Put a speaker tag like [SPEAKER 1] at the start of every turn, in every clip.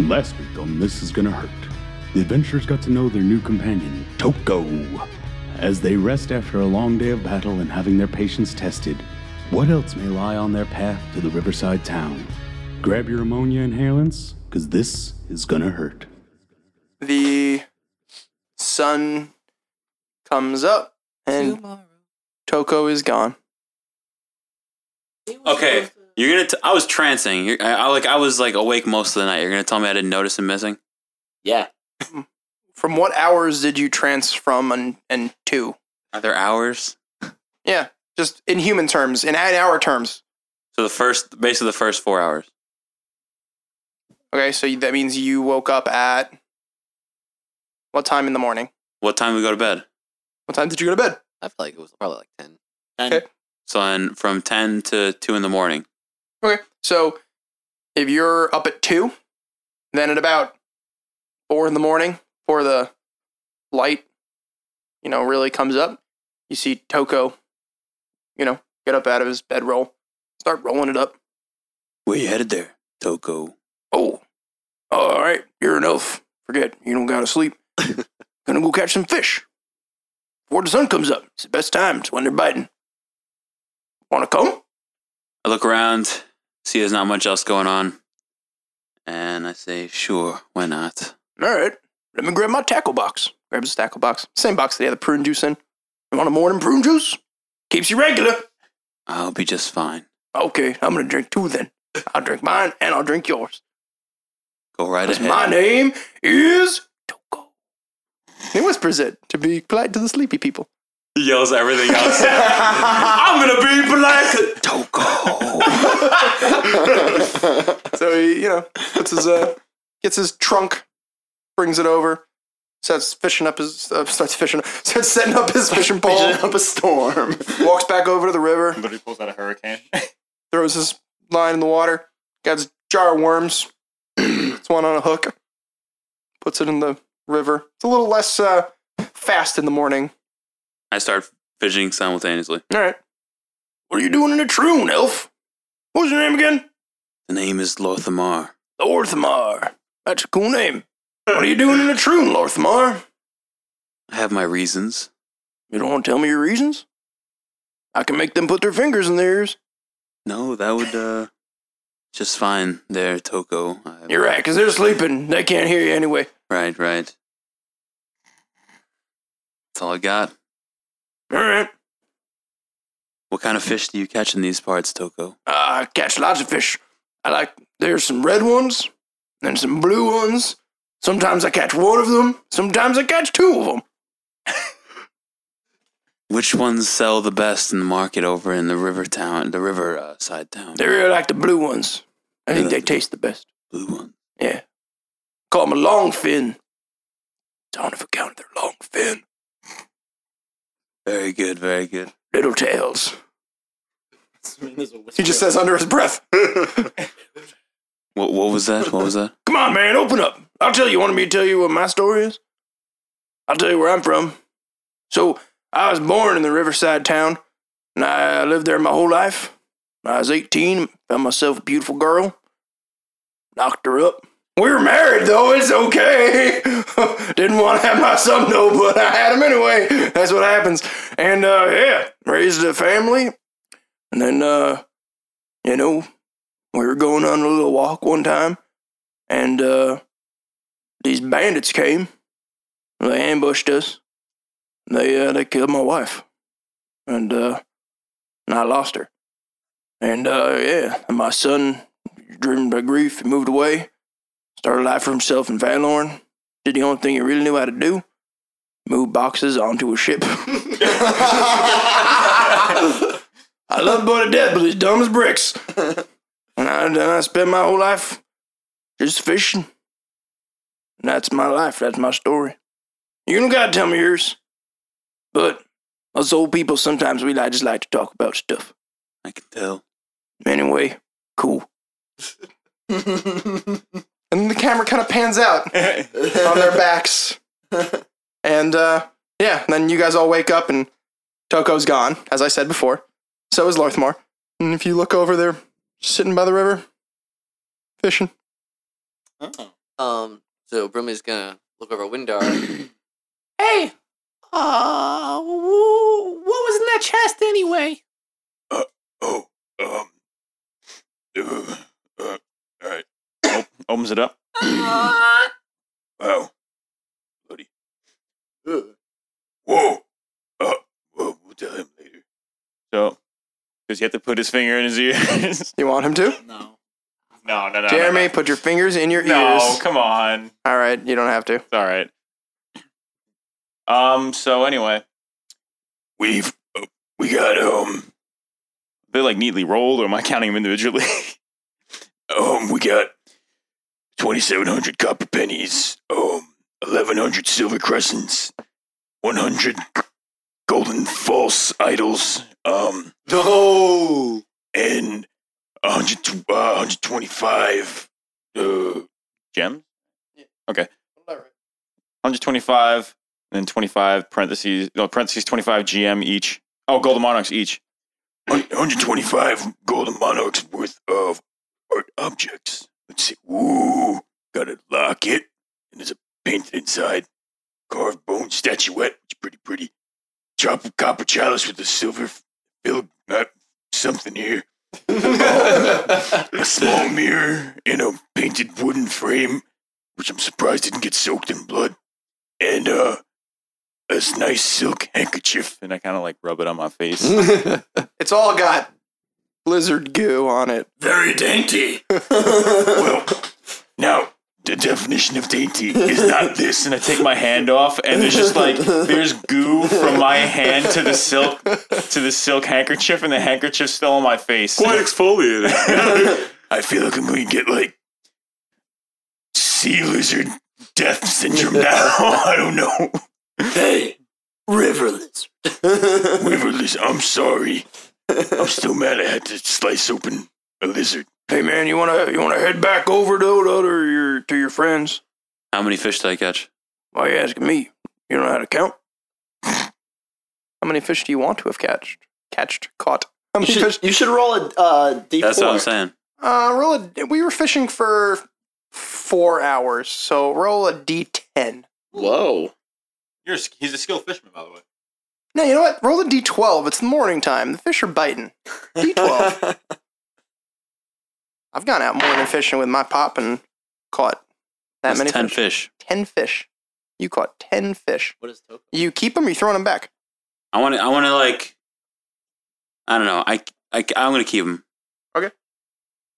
[SPEAKER 1] Last week on This Is Gonna Hurt, the adventurers got to know their new companion, Toko. As they rest after a long day of battle and having their patience tested, what else may lie on their path to the riverside town? Grab your ammonia inhalants, because this is gonna hurt.
[SPEAKER 2] The sun comes up and
[SPEAKER 3] Tomorrow.
[SPEAKER 2] Toko is gone.
[SPEAKER 4] Okay, you're gonna. T- I was trancing. You're, I, I like. I was like awake most of the night. You're gonna tell me I didn't notice him missing.
[SPEAKER 3] Yeah.
[SPEAKER 2] From what hours did you trance from and, and to?
[SPEAKER 4] Are there hours?
[SPEAKER 2] Yeah, just in human terms, in an hour terms.
[SPEAKER 4] So the first, basically the first four hours.
[SPEAKER 2] Okay, so that means you woke up at what time in the morning?
[SPEAKER 4] What time we go to bed?
[SPEAKER 2] What time did you go to bed?
[SPEAKER 3] I feel like it was probably like 10.
[SPEAKER 2] Okay.
[SPEAKER 4] So then from ten to two in the morning.
[SPEAKER 2] Okay, so if you're up at two, then at about four in the morning, before the light, you know, really comes up, you see Toko, you know, get up out of his bedroll, start rolling it up.
[SPEAKER 4] Where you headed there, Toko?
[SPEAKER 2] Oh, all right, you're an elf. Forget, you don't gotta sleep. Gonna go catch some fish. Before the sun comes up, it's the best time. It's when they're biting. Wanna come?
[SPEAKER 4] I look around, see there's not much else going on, and I say, sure, why not?
[SPEAKER 2] All right, let me grab my tackle box. Grabs his tackle box. Same box that he had the prune juice in. You want a morning prune juice? Keeps you regular.
[SPEAKER 4] I'll be just fine.
[SPEAKER 2] Okay, I'm gonna drink two then. I'll drink mine and I'll drink yours.
[SPEAKER 4] Go right
[SPEAKER 2] 'Cause
[SPEAKER 4] ahead.
[SPEAKER 2] my name is Toko. He whispers it to be polite to the sleepy people.
[SPEAKER 4] He yells everything else. I'm gonna be black. Toko.
[SPEAKER 2] So he, you know, puts his uh, gets his trunk, brings it over, starts fishing up his, uh, starts fishing, starts setting up his fishing pole,
[SPEAKER 5] up a storm.
[SPEAKER 2] walks back over to the river,
[SPEAKER 5] Literally pulls out a hurricane.
[SPEAKER 2] throws his line in the water, got his jar of worms, puts one on a hook, puts it in the river. It's a little less uh, fast in the morning.
[SPEAKER 4] I start fishing simultaneously.
[SPEAKER 2] All right, what are you doing in a troon, elf? What was your name again?
[SPEAKER 4] The name is Lorthamar.
[SPEAKER 2] Lorthmar. That's a cool name. What are you doing in a troon, Lorthmar?
[SPEAKER 4] I have my reasons.
[SPEAKER 2] You don't want to tell me your reasons? I can make them put their fingers in theirs.
[SPEAKER 4] No, that would uh just fine there, Toko. I-
[SPEAKER 2] You're right, because they're sleeping. They can't hear you anyway.
[SPEAKER 4] right, right. That's all I got.
[SPEAKER 2] All right.
[SPEAKER 4] What kind of fish do you catch in these parts, Toko?
[SPEAKER 2] I Ah, catch lots of fish. I like, there's some red ones and some blue ones. Sometimes I catch one of them. Sometimes I catch two of them.
[SPEAKER 4] Which ones sell the best in the market over in the river town, the river uh, side town?
[SPEAKER 2] They really like the blue ones. I think they taste the best.
[SPEAKER 4] blue one.
[SPEAKER 2] Yeah. Call them a long fin. It's on account of their long fin.
[SPEAKER 4] Very good, very good.
[SPEAKER 2] Little tails.
[SPEAKER 5] he
[SPEAKER 2] He just says under his breath.
[SPEAKER 4] What what was that? What was that?
[SPEAKER 2] Come on, man, open up. I'll tell you. Wanted me to tell you what my story is? I'll tell you where I'm from. So, I was born in the riverside town, and I lived there my whole life. When I was 18, found myself a beautiful girl, knocked her up. We were married, though, it's okay. Didn't want to have my son, though, but I had him anyway. That's what happens. And, uh, yeah, raised a family, and then, uh, you know, we were going on a little walk one time and uh, these bandits came. And they ambushed us. And They uh, they killed my wife, and uh, and I lost her. And uh, yeah, and my son, driven by grief, he moved away. Started life for himself in Valorn. Did the only thing he really knew how to do: move boxes onto a ship. I love boy to death, but he's dumb as bricks. and I, and I spent my whole life just fishing. And that's my life. That's my story. You don't gotta tell me yours. But us old people, sometimes we like, just like to talk about stuff.
[SPEAKER 4] I can tell.
[SPEAKER 2] Anyway, cool. and then the camera kind of pans out on their backs. And uh, yeah, and then you guys all wake up and Toko's gone, as I said before. So is Lorthmar. And if you look over there, sitting by the river, fishing.
[SPEAKER 6] Um, so Brimley's gonna look over at Windar. hey, uh, wh- what was in that chest anyway?
[SPEAKER 7] Oh, um. Uh, uh, all right. Op- opens it up. Wow. Bloody. Ugh. Whoa. Uh, well, we'll tell him later. So, does he have to put his finger in his ears?
[SPEAKER 5] You want him to?
[SPEAKER 6] No.
[SPEAKER 7] no, no, no.
[SPEAKER 5] Jeremy, put your fingers in your
[SPEAKER 7] No, no. no,
[SPEAKER 5] ears.
[SPEAKER 7] come on.
[SPEAKER 5] All right, you don't have to.
[SPEAKER 7] It's all right. Um. So anyway, we've uh, we got um. They're like neatly rolled, or am I counting them individually? um, we got twenty seven hundred copper pennies, um, eleven hundred silver crescents, one hundred golden false idols, um,
[SPEAKER 5] No.
[SPEAKER 7] and a hundred tw- uh, hundred twenty five uh gems. 125 and then 25 parentheses no parentheses 25 gm each oh golden monarchs each 125 golden monarchs worth of art objects let's see ooh got a locket and there's a painted inside carved bone statuette which is pretty pretty chop copper chalice with a silver filled uh, something here a small mirror in a painted wooden frame, which I'm surprised didn't get soaked in blood, and uh, a s- nice silk handkerchief. And I kind of like rub it on my face.
[SPEAKER 5] it's all got blizzard goo on it.
[SPEAKER 7] Very dainty. well, now the definition of dainty is not this. And I take my hand off, and there's just like there's goo from my hand to the silk to the silk handkerchief, and the handkerchief's still on my face.
[SPEAKER 2] Quite exfoliating.
[SPEAKER 7] I feel like I'm going to get like sea lizard death syndrome now. I don't know.
[SPEAKER 6] Hey, River Lizard.
[SPEAKER 7] River lizard, I'm sorry. I'm still mad I had to slice open a lizard.
[SPEAKER 5] Hey man, you wanna you wanna head back over to the other your to your friends?
[SPEAKER 4] How many fish did I catch?
[SPEAKER 5] Why are you asking me? You don't know how to count. How many fish do you want to have catched? Catched, caught. How
[SPEAKER 8] You
[SPEAKER 5] many fish?
[SPEAKER 8] should, you should roll a uh, d4.
[SPEAKER 4] That's what I'm saying.
[SPEAKER 5] Uh, roll a. We were fishing for four hours, so roll a d10.
[SPEAKER 8] Whoa.
[SPEAKER 7] You're a, he's a skilled fisherman, by the way.
[SPEAKER 5] No, you know what? Roll a d12. It's the morning time. The fish are biting. D12. I've gone out morning fishing with my pop and caught that
[SPEAKER 4] That's
[SPEAKER 5] many
[SPEAKER 4] ten
[SPEAKER 5] fish.
[SPEAKER 4] fish.
[SPEAKER 5] Ten fish. You caught ten fish.
[SPEAKER 6] What is Token?
[SPEAKER 5] You keep them. You throwing them back.
[SPEAKER 4] I want to. I want to like. I don't know. I. I. I'm gonna keep them.
[SPEAKER 5] Okay.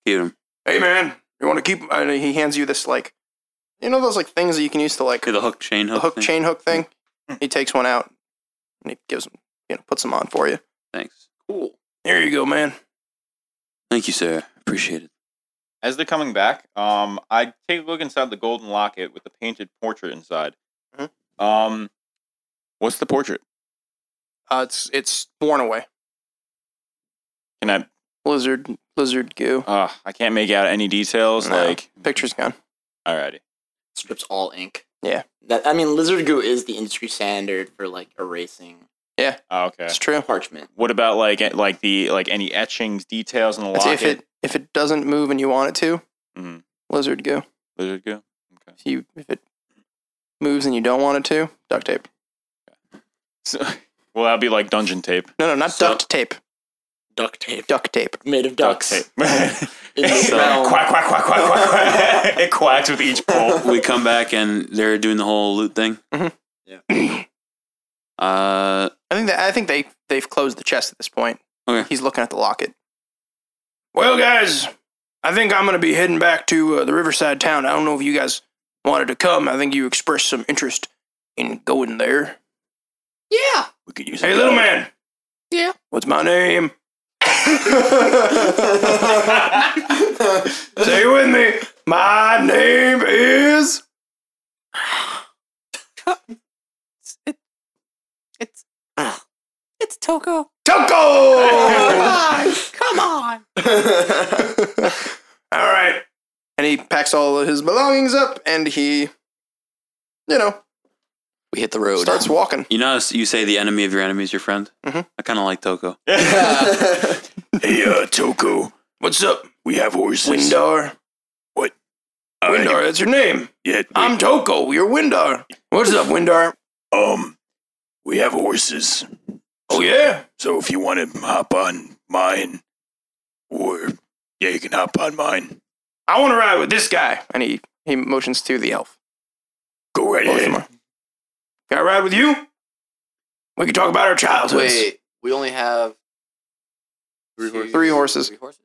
[SPEAKER 4] Keep them.
[SPEAKER 5] Hey man, you want to keep? uh, And he hands you this like, you know those like things that you can use to like
[SPEAKER 4] Okay, the hook chain
[SPEAKER 5] the
[SPEAKER 4] hook.
[SPEAKER 5] hook
[SPEAKER 4] thing. Hmm.
[SPEAKER 5] chain hook thing. He takes one out and he gives him, you know, puts them on for you.
[SPEAKER 4] Thanks.
[SPEAKER 6] Cool.
[SPEAKER 5] There you go, man.
[SPEAKER 4] Thank you, sir. Appreciate it.
[SPEAKER 7] As they're coming back, um, I take a look inside the golden locket with the painted portrait inside.
[SPEAKER 5] Mhm.
[SPEAKER 8] Mm-hmm.
[SPEAKER 7] Um, what's the portrait?
[SPEAKER 5] Uh, it's it's worn away.
[SPEAKER 7] Can I?
[SPEAKER 5] Lizard lizard goo.
[SPEAKER 7] Uh, I can't make out any details.
[SPEAKER 5] No.
[SPEAKER 7] Like,
[SPEAKER 5] Picture's gone.
[SPEAKER 7] alrighty.
[SPEAKER 6] Strips all ink.
[SPEAKER 5] Yeah.
[SPEAKER 8] That,
[SPEAKER 6] I mean, lizard goo is the industry standard for like erasing
[SPEAKER 7] Oh, okay.
[SPEAKER 5] It's true.
[SPEAKER 6] parchment.
[SPEAKER 7] What about like eh, like the like any etchings, details in the
[SPEAKER 5] I'd say if
[SPEAKER 7] locket?
[SPEAKER 5] it if it doesn't move and you want it to,
[SPEAKER 7] Mhm.
[SPEAKER 5] lizard goo.
[SPEAKER 7] Lizard goo. Okay.
[SPEAKER 5] If you if it moves and you don't want it to, duct tape.
[SPEAKER 7] So, well, that'd be like dungeon tape.
[SPEAKER 5] No, no, not
[SPEAKER 4] So-
[SPEAKER 5] duct tape.
[SPEAKER 6] Duct tape.
[SPEAKER 5] Duct tape.
[SPEAKER 8] made of ducks.
[SPEAKER 7] Duct tape.
[SPEAKER 8] In the
[SPEAKER 7] So-
[SPEAKER 8] realm.
[SPEAKER 7] quack quack quack quack quack. quack. it quacks with each bolt.
[SPEAKER 4] We come back and they're doing the whole loot thing.
[SPEAKER 5] Mhm.
[SPEAKER 4] Yeah. Uh,
[SPEAKER 5] I think that I think they they've closed the chest at this point.
[SPEAKER 4] Okay.
[SPEAKER 5] He's looking at the locket. Well, guys, I think I'm gonna be heading back to uh, the Riverside town. I don't know if you guys wanted to come. I think you expressed some interest in going there.
[SPEAKER 6] Yeah.
[SPEAKER 7] We could use
[SPEAKER 5] Hey, little man.
[SPEAKER 6] Yeah?
[SPEAKER 5] What's my name? Say it with me. My name is.
[SPEAKER 9] It's it's Toko. on,
[SPEAKER 5] Tucko!
[SPEAKER 9] come on.
[SPEAKER 5] all right. And he packs all of his belongings up and he, you know,
[SPEAKER 6] We hit the road.
[SPEAKER 5] starts walking.
[SPEAKER 4] you know, how you say the enemy of your enemy is your friend.
[SPEAKER 5] Mhm.
[SPEAKER 4] I kind of like Toko.
[SPEAKER 7] Hey, uh, Toko,
[SPEAKER 5] What's up,
[SPEAKER 7] we have horses.
[SPEAKER 5] Windar?
[SPEAKER 7] I
[SPEAKER 5] Windar, that's your name.
[SPEAKER 2] Yeah,
[SPEAKER 5] I'm Toko. You're Windar. What's up, Windar?
[SPEAKER 2] um, we have horses,
[SPEAKER 5] Oh yeah.
[SPEAKER 2] so if you want to hop on mine, or yeah, you can hop on mine.
[SPEAKER 5] I want to ride with this guy. And he he motions to the elf.
[SPEAKER 2] Go right
[SPEAKER 5] Both of them
[SPEAKER 2] ahead.
[SPEAKER 5] are. Can I ride with you? We can talk about our childhoods.
[SPEAKER 6] Wait, we only have
[SPEAKER 8] Three horses.
[SPEAKER 5] Three horses.
[SPEAKER 6] three horses.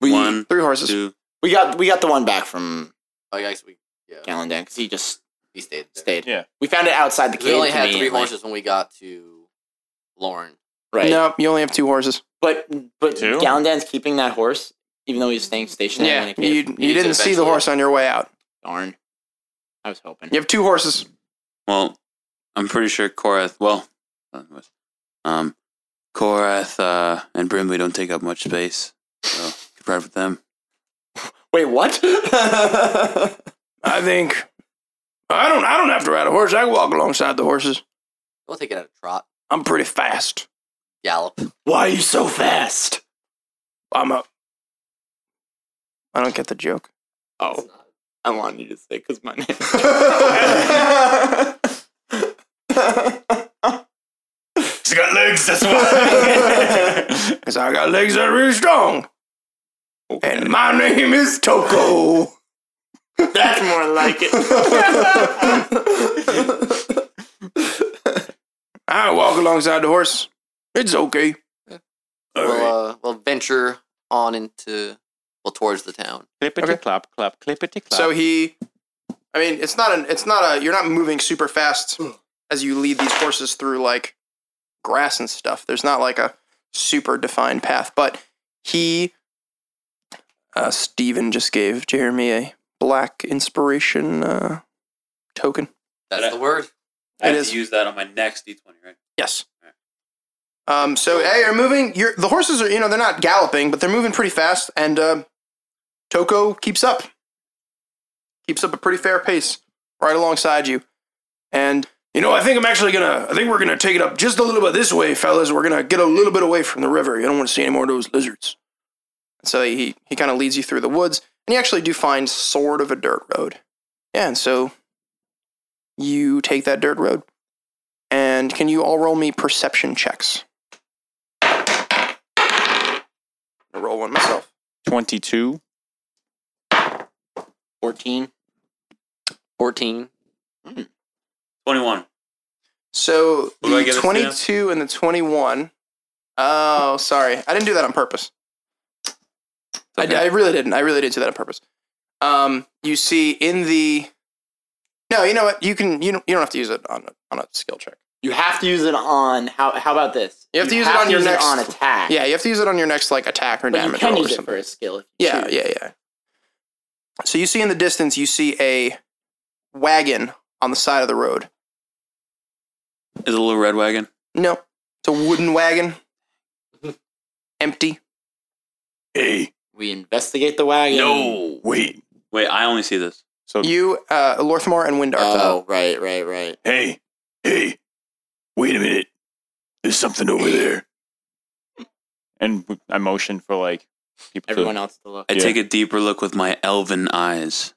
[SPEAKER 8] We,
[SPEAKER 4] One,
[SPEAKER 5] Three horses.
[SPEAKER 4] two.
[SPEAKER 8] we got we got the one back from
[SPEAKER 6] Oh, I guess we yeah
[SPEAKER 8] Gallandan because he just
[SPEAKER 6] he stayed. There.
[SPEAKER 8] stayed.
[SPEAKER 7] Yeah.
[SPEAKER 8] We found it outside the cave.
[SPEAKER 6] We only had three
[SPEAKER 8] conveniently.
[SPEAKER 6] horses when we got to Lauren.
[SPEAKER 8] Right.
[SPEAKER 5] No, you only have two horses.
[SPEAKER 8] But but
[SPEAKER 7] Two?
[SPEAKER 8] Gallandan's keeping that horse even though he's staying stationary. in the
[SPEAKER 5] you
[SPEAKER 8] cave.
[SPEAKER 6] to
[SPEAKER 5] you didn't see the
[SPEAKER 6] eventually-
[SPEAKER 5] horse on your way out.
[SPEAKER 8] Darn. I was hoping.
[SPEAKER 5] You have two horses.
[SPEAKER 4] Well, I'm pretty sure Korath. Well, uh, was- um, Korath uh, and Brimley don't take up much space, so you could ride with them.
[SPEAKER 8] Wait, what? Oh.
[SPEAKER 5] I think. I don't. I don't have to ride a horse. I can walk alongside the horses.
[SPEAKER 6] We'll take it at a trot,
[SPEAKER 5] I'm pretty fast.
[SPEAKER 6] gallop.
[SPEAKER 8] Why are you so fast?
[SPEAKER 5] I'm a. I don't get the joke.
[SPEAKER 8] Oh, I wanted you to say because my name.
[SPEAKER 7] She's got legs, that's why.
[SPEAKER 5] Cause I got legs that are really strong. And my name is Toko.
[SPEAKER 8] That's more like it.
[SPEAKER 5] I walk alongside the horse. It's okay.
[SPEAKER 2] All
[SPEAKER 6] we'll,
[SPEAKER 2] right.
[SPEAKER 6] uh, we'll venture on into well towards the town.
[SPEAKER 7] Clippity
[SPEAKER 5] Okay.
[SPEAKER 7] clap, clap, clippity clap.
[SPEAKER 5] So he, I mean, it's not an, it's not a, you're not moving super fast as you lead these horses through like grass and stuff. There's not like a super defined path, but he, uh, Steven just gave Jeremy a black inspiration, uh, token.
[SPEAKER 6] That's the word.
[SPEAKER 5] I have to is-
[SPEAKER 4] use that on my next D20, right?
[SPEAKER 5] Yes. Um, so hey, you're moving. You're, the horses are, you know, they're not galloping, but they're moving pretty fast, and uh, Toko keeps up, keeps up a pretty fair pace right alongside you. And
[SPEAKER 2] You know, I think I'm actually gonna. I think we're gonna take it up just a little bit this way, fellas. We're gonna get a little bit away from the river. You don't want to see any more of those lizards.
[SPEAKER 5] so he he kind of leads you through the woods, and you actually do find sort of a dirt road. Yeah, and so you take that dirt road. And can you all roll me perception checks? I'll roll one myself.
[SPEAKER 7] 22.
[SPEAKER 8] 14.
[SPEAKER 6] Fourteen.
[SPEAKER 4] 21.
[SPEAKER 5] So
[SPEAKER 4] What do I
[SPEAKER 5] the
[SPEAKER 4] get this
[SPEAKER 5] 22 and the 21. Oh, sorry. I didn't do that on purpose. I,
[SPEAKER 4] Okay.
[SPEAKER 5] I really didn't. I really did do that on purpose. Um, you see in the No, you know what? You can you don't, you don't have to use it on on a skill check.
[SPEAKER 8] You have to use it on. How, how about this?
[SPEAKER 5] You have to use it on your next-
[SPEAKER 8] on attack.
[SPEAKER 5] Yeah, you have to use it on your next like attack or
[SPEAKER 8] But you
[SPEAKER 5] damage
[SPEAKER 8] can
[SPEAKER 5] roll or
[SPEAKER 8] use it
[SPEAKER 5] something.
[SPEAKER 8] for a skill. If you
[SPEAKER 5] yeah,
[SPEAKER 8] choose.
[SPEAKER 5] yeah, yeah. So you see in the distance you see a wagon on the side of the road.
[SPEAKER 4] Is it a little red wagon?
[SPEAKER 5] No. It's a wooden wagon. Empty.
[SPEAKER 2] Hey,
[SPEAKER 8] We investigate the wagon.
[SPEAKER 2] wait.
[SPEAKER 4] Wait, I only see this.
[SPEAKER 7] So
[SPEAKER 5] You, uh, Lorthmar and Windar.
[SPEAKER 8] Oh, right, right, right.
[SPEAKER 2] Hey, hey. Wait a minute. There's something over there.
[SPEAKER 7] and w- I motion for like people
[SPEAKER 8] Everyone
[SPEAKER 7] to
[SPEAKER 8] else to look.
[SPEAKER 4] I
[SPEAKER 7] Yeah.
[SPEAKER 4] take a deeper look with my elven eyes.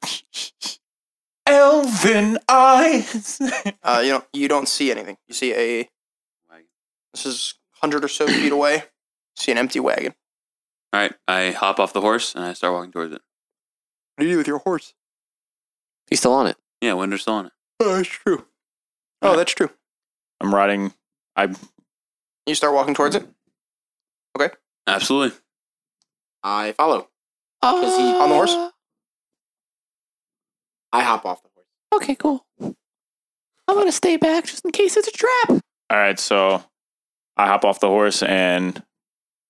[SPEAKER 7] Elven eyes.
[SPEAKER 5] Uh, you don't you don't see anything. You see a this is hundred or so feet away. You see an empty wagon.
[SPEAKER 4] All right, I hop off the horse and I start walking towards it.
[SPEAKER 5] What do you do with your horse?
[SPEAKER 6] He's still on it.
[SPEAKER 4] Yeah, Winder's still on it.
[SPEAKER 5] Oh, that's true. Oh, that's true.
[SPEAKER 7] I'm riding. I
[SPEAKER 5] You start walking towards it
[SPEAKER 4] Absolutely.
[SPEAKER 8] I follow.
[SPEAKER 9] Because
[SPEAKER 8] he-
[SPEAKER 5] on the horse.
[SPEAKER 8] I hop off the horse.
[SPEAKER 9] Okay, cool. I'm gonna stay back just in case it's a trap.
[SPEAKER 7] all right. So I hop off the horse and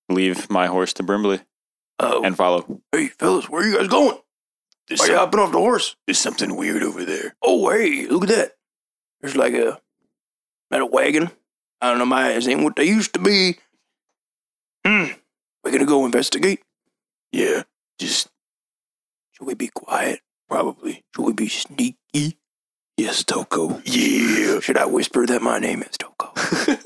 [SPEAKER 7] leave my horse to Brimbley
[SPEAKER 2] Oh,
[SPEAKER 7] and follow.
[SPEAKER 5] Hey, fellas, where are you guys going?
[SPEAKER 2] there's,
[SPEAKER 5] Why you
[SPEAKER 2] some-
[SPEAKER 5] hopping off the horse?
[SPEAKER 2] there's something weird over there.
[SPEAKER 5] Oh, hey, look at that. There's like a at a wagon. I don't know, my eyes ain't what they used to be. Hmm. We're gonna go investigate.
[SPEAKER 2] Yeah, just
[SPEAKER 5] Should we be quiet?
[SPEAKER 2] probably.
[SPEAKER 5] Should we be sneaky?
[SPEAKER 2] Yes, Toko. Yeah.
[SPEAKER 5] Should I whisper that my name is Toko?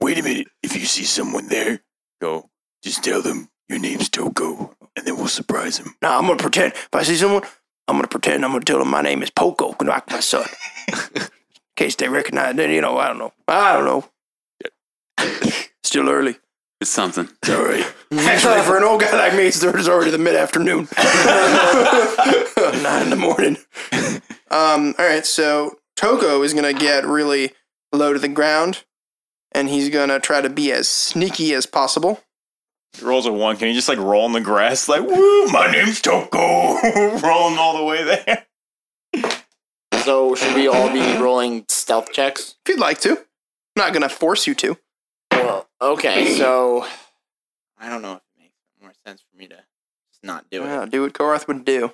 [SPEAKER 2] Wait a minute. If you see someone there,
[SPEAKER 7] Go.
[SPEAKER 2] just tell them your name's Toko, and then we'll surprise them.
[SPEAKER 5] Nah, I'm gonna pretend. If I see someone,
[SPEAKER 2] I'm gonna pretend I'm gonna tell them my name is Poco, like my son. In case they recognize then you know, I don't know. I don't know. Still early.
[SPEAKER 4] It's something.
[SPEAKER 2] It's all right. Actually, for an old guy like me, it's it's already the mid afternoon. Nine in the morning.
[SPEAKER 5] Um, all right, so Toko is going to get really low to the ground, and he's going to try to be as sneaky as possible.
[SPEAKER 7] He rolls a one. Can he just like roll in the grass? Like, woo, my name's Toko. Rolling all the way there.
[SPEAKER 8] So should we all be rolling stealth checks?
[SPEAKER 5] If you'd like to. I'm not going to force you to.
[SPEAKER 8] Well, okay, so I don't know if it makes more sense for me to just not do it.
[SPEAKER 5] Yeah, do what Korath would do.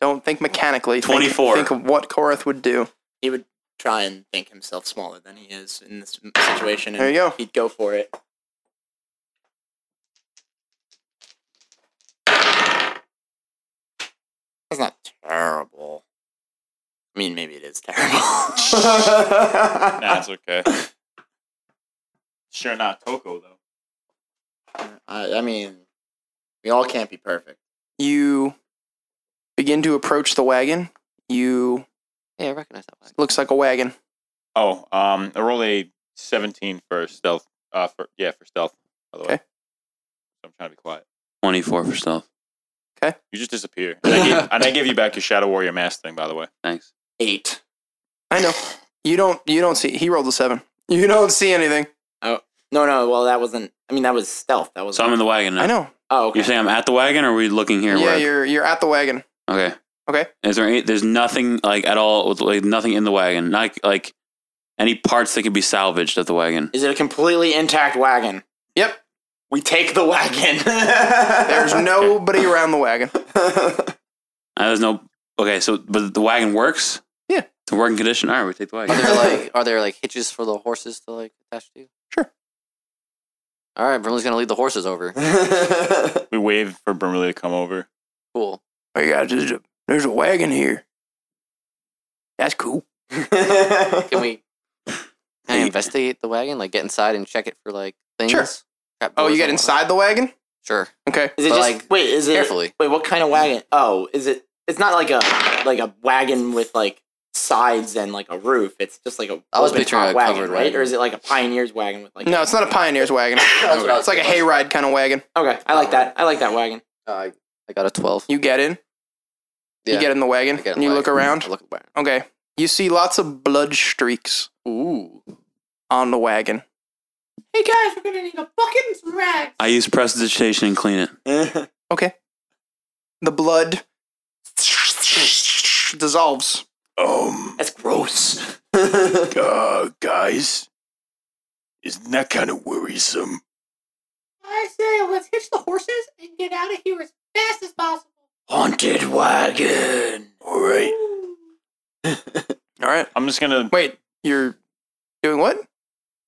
[SPEAKER 5] Don't think mechanically. Think-
[SPEAKER 4] 24.
[SPEAKER 5] Think, of what Korath would do.
[SPEAKER 8] He would try and think himself smaller than he is in this situation. And
[SPEAKER 5] There you go.
[SPEAKER 8] He'd go for it. That's not terrible. I mean, maybe it is terrible.
[SPEAKER 7] Nah, it's okay. Sure not Toko though.
[SPEAKER 8] I, I mean, we all can't be perfect.
[SPEAKER 5] You begin to approach the wagon. You
[SPEAKER 6] Yeah, I recognize that one.
[SPEAKER 5] looks like a wagon.
[SPEAKER 7] Oh, um, I rolled a 17 for stealth. Uh, for yeah, for stealth. By the way,
[SPEAKER 5] Okay.
[SPEAKER 7] so I'm trying to be quiet.
[SPEAKER 4] 24 for stealth.
[SPEAKER 7] You just disappear, and I, gave, and I gave you back your Shadow Warrior mask thing. By the way,
[SPEAKER 4] Thanks.
[SPEAKER 8] Eight.
[SPEAKER 5] I know. You don't. You don't see. He rolled a seven. You don't see anything.
[SPEAKER 8] No, no. Well, that wasn't. I mean, that was stealth. That was.
[SPEAKER 4] So I'm in the wagon now.
[SPEAKER 5] I know.
[SPEAKER 8] oh, okay.
[SPEAKER 4] You're saying I'm at the wagon, or are we looking here?
[SPEAKER 5] yeah,
[SPEAKER 4] Where-
[SPEAKER 5] you're you're at the wagon.
[SPEAKER 4] Okay.
[SPEAKER 5] Okay.
[SPEAKER 4] Is there any, there's nothing like at all with like nothing in the wagon, not like any parts that could be salvaged at the wagon.
[SPEAKER 8] Is it a completely intact wagon?
[SPEAKER 5] Yep.
[SPEAKER 8] We take the wagon.
[SPEAKER 5] There's nobody around the wagon. Oh,
[SPEAKER 4] Uh, there's no okay, so but the wagon works.
[SPEAKER 5] Yeah.
[SPEAKER 4] it's a working condition. All right, we take the
[SPEAKER 6] Are
[SPEAKER 4] wagon.
[SPEAKER 6] there like are there like hitches for the horses to like attach to?
[SPEAKER 5] Sure.
[SPEAKER 6] All right, Brimley's gonna lead the horses over.
[SPEAKER 7] we wave for Brimley to come over.
[SPEAKER 6] Cool.
[SPEAKER 5] Oh yeah, there's a there's a wagon here. That's cool.
[SPEAKER 6] Can we? Can I investigate the wagon? Like get inside and check it for like things.
[SPEAKER 5] Sure.
[SPEAKER 6] trap
[SPEAKER 5] Oh,
[SPEAKER 6] doors
[SPEAKER 5] you get
[SPEAKER 6] and whatnot?
[SPEAKER 5] inside the wagon?
[SPEAKER 6] Sure.
[SPEAKER 5] Okay.
[SPEAKER 8] Is it
[SPEAKER 6] But,
[SPEAKER 8] just
[SPEAKER 6] like,
[SPEAKER 8] wait? Is it
[SPEAKER 6] carefully.
[SPEAKER 8] Wait, what kind of wagon? Oh, is it? It's not like a like a wagon with like sides and like a roof. It's just like a
[SPEAKER 6] I was
[SPEAKER 8] open
[SPEAKER 6] picturing
[SPEAKER 8] top
[SPEAKER 6] a
[SPEAKER 8] wagon,
[SPEAKER 6] covered
[SPEAKER 8] right?
[SPEAKER 6] wagon.
[SPEAKER 8] Or is it like a pioneer's wagon with like?
[SPEAKER 5] No, it's not a pioneer's wagon.
[SPEAKER 8] That's what I was
[SPEAKER 5] It's like a hayride kind of wagon.
[SPEAKER 8] Okay, I like that. I like that wagon.
[SPEAKER 6] Uh, I got a twelve.
[SPEAKER 5] You get in. You
[SPEAKER 6] Yeah,
[SPEAKER 5] get in the wagon.
[SPEAKER 6] I get
[SPEAKER 5] and you
[SPEAKER 6] like-
[SPEAKER 5] look around.
[SPEAKER 6] I Look around.
[SPEAKER 5] Okay. You see lots of blood streaks
[SPEAKER 6] Ooh.
[SPEAKER 5] on the wagon.
[SPEAKER 10] Hey guys, we're gonna need a bucket and some rags.
[SPEAKER 4] I use prestidigitation and clean it.
[SPEAKER 5] Okay. The blood dissolves.
[SPEAKER 2] Um,
[SPEAKER 8] That's gross.
[SPEAKER 2] uh, guys, isn't that kind of worrisome?
[SPEAKER 10] I say, let's hitch the horses and get out of here as fast as possible.
[SPEAKER 8] Haunted wagon.
[SPEAKER 2] All right.
[SPEAKER 10] Ooh.
[SPEAKER 5] All right.
[SPEAKER 7] I'm just gonna.
[SPEAKER 5] Wait, you're doing what?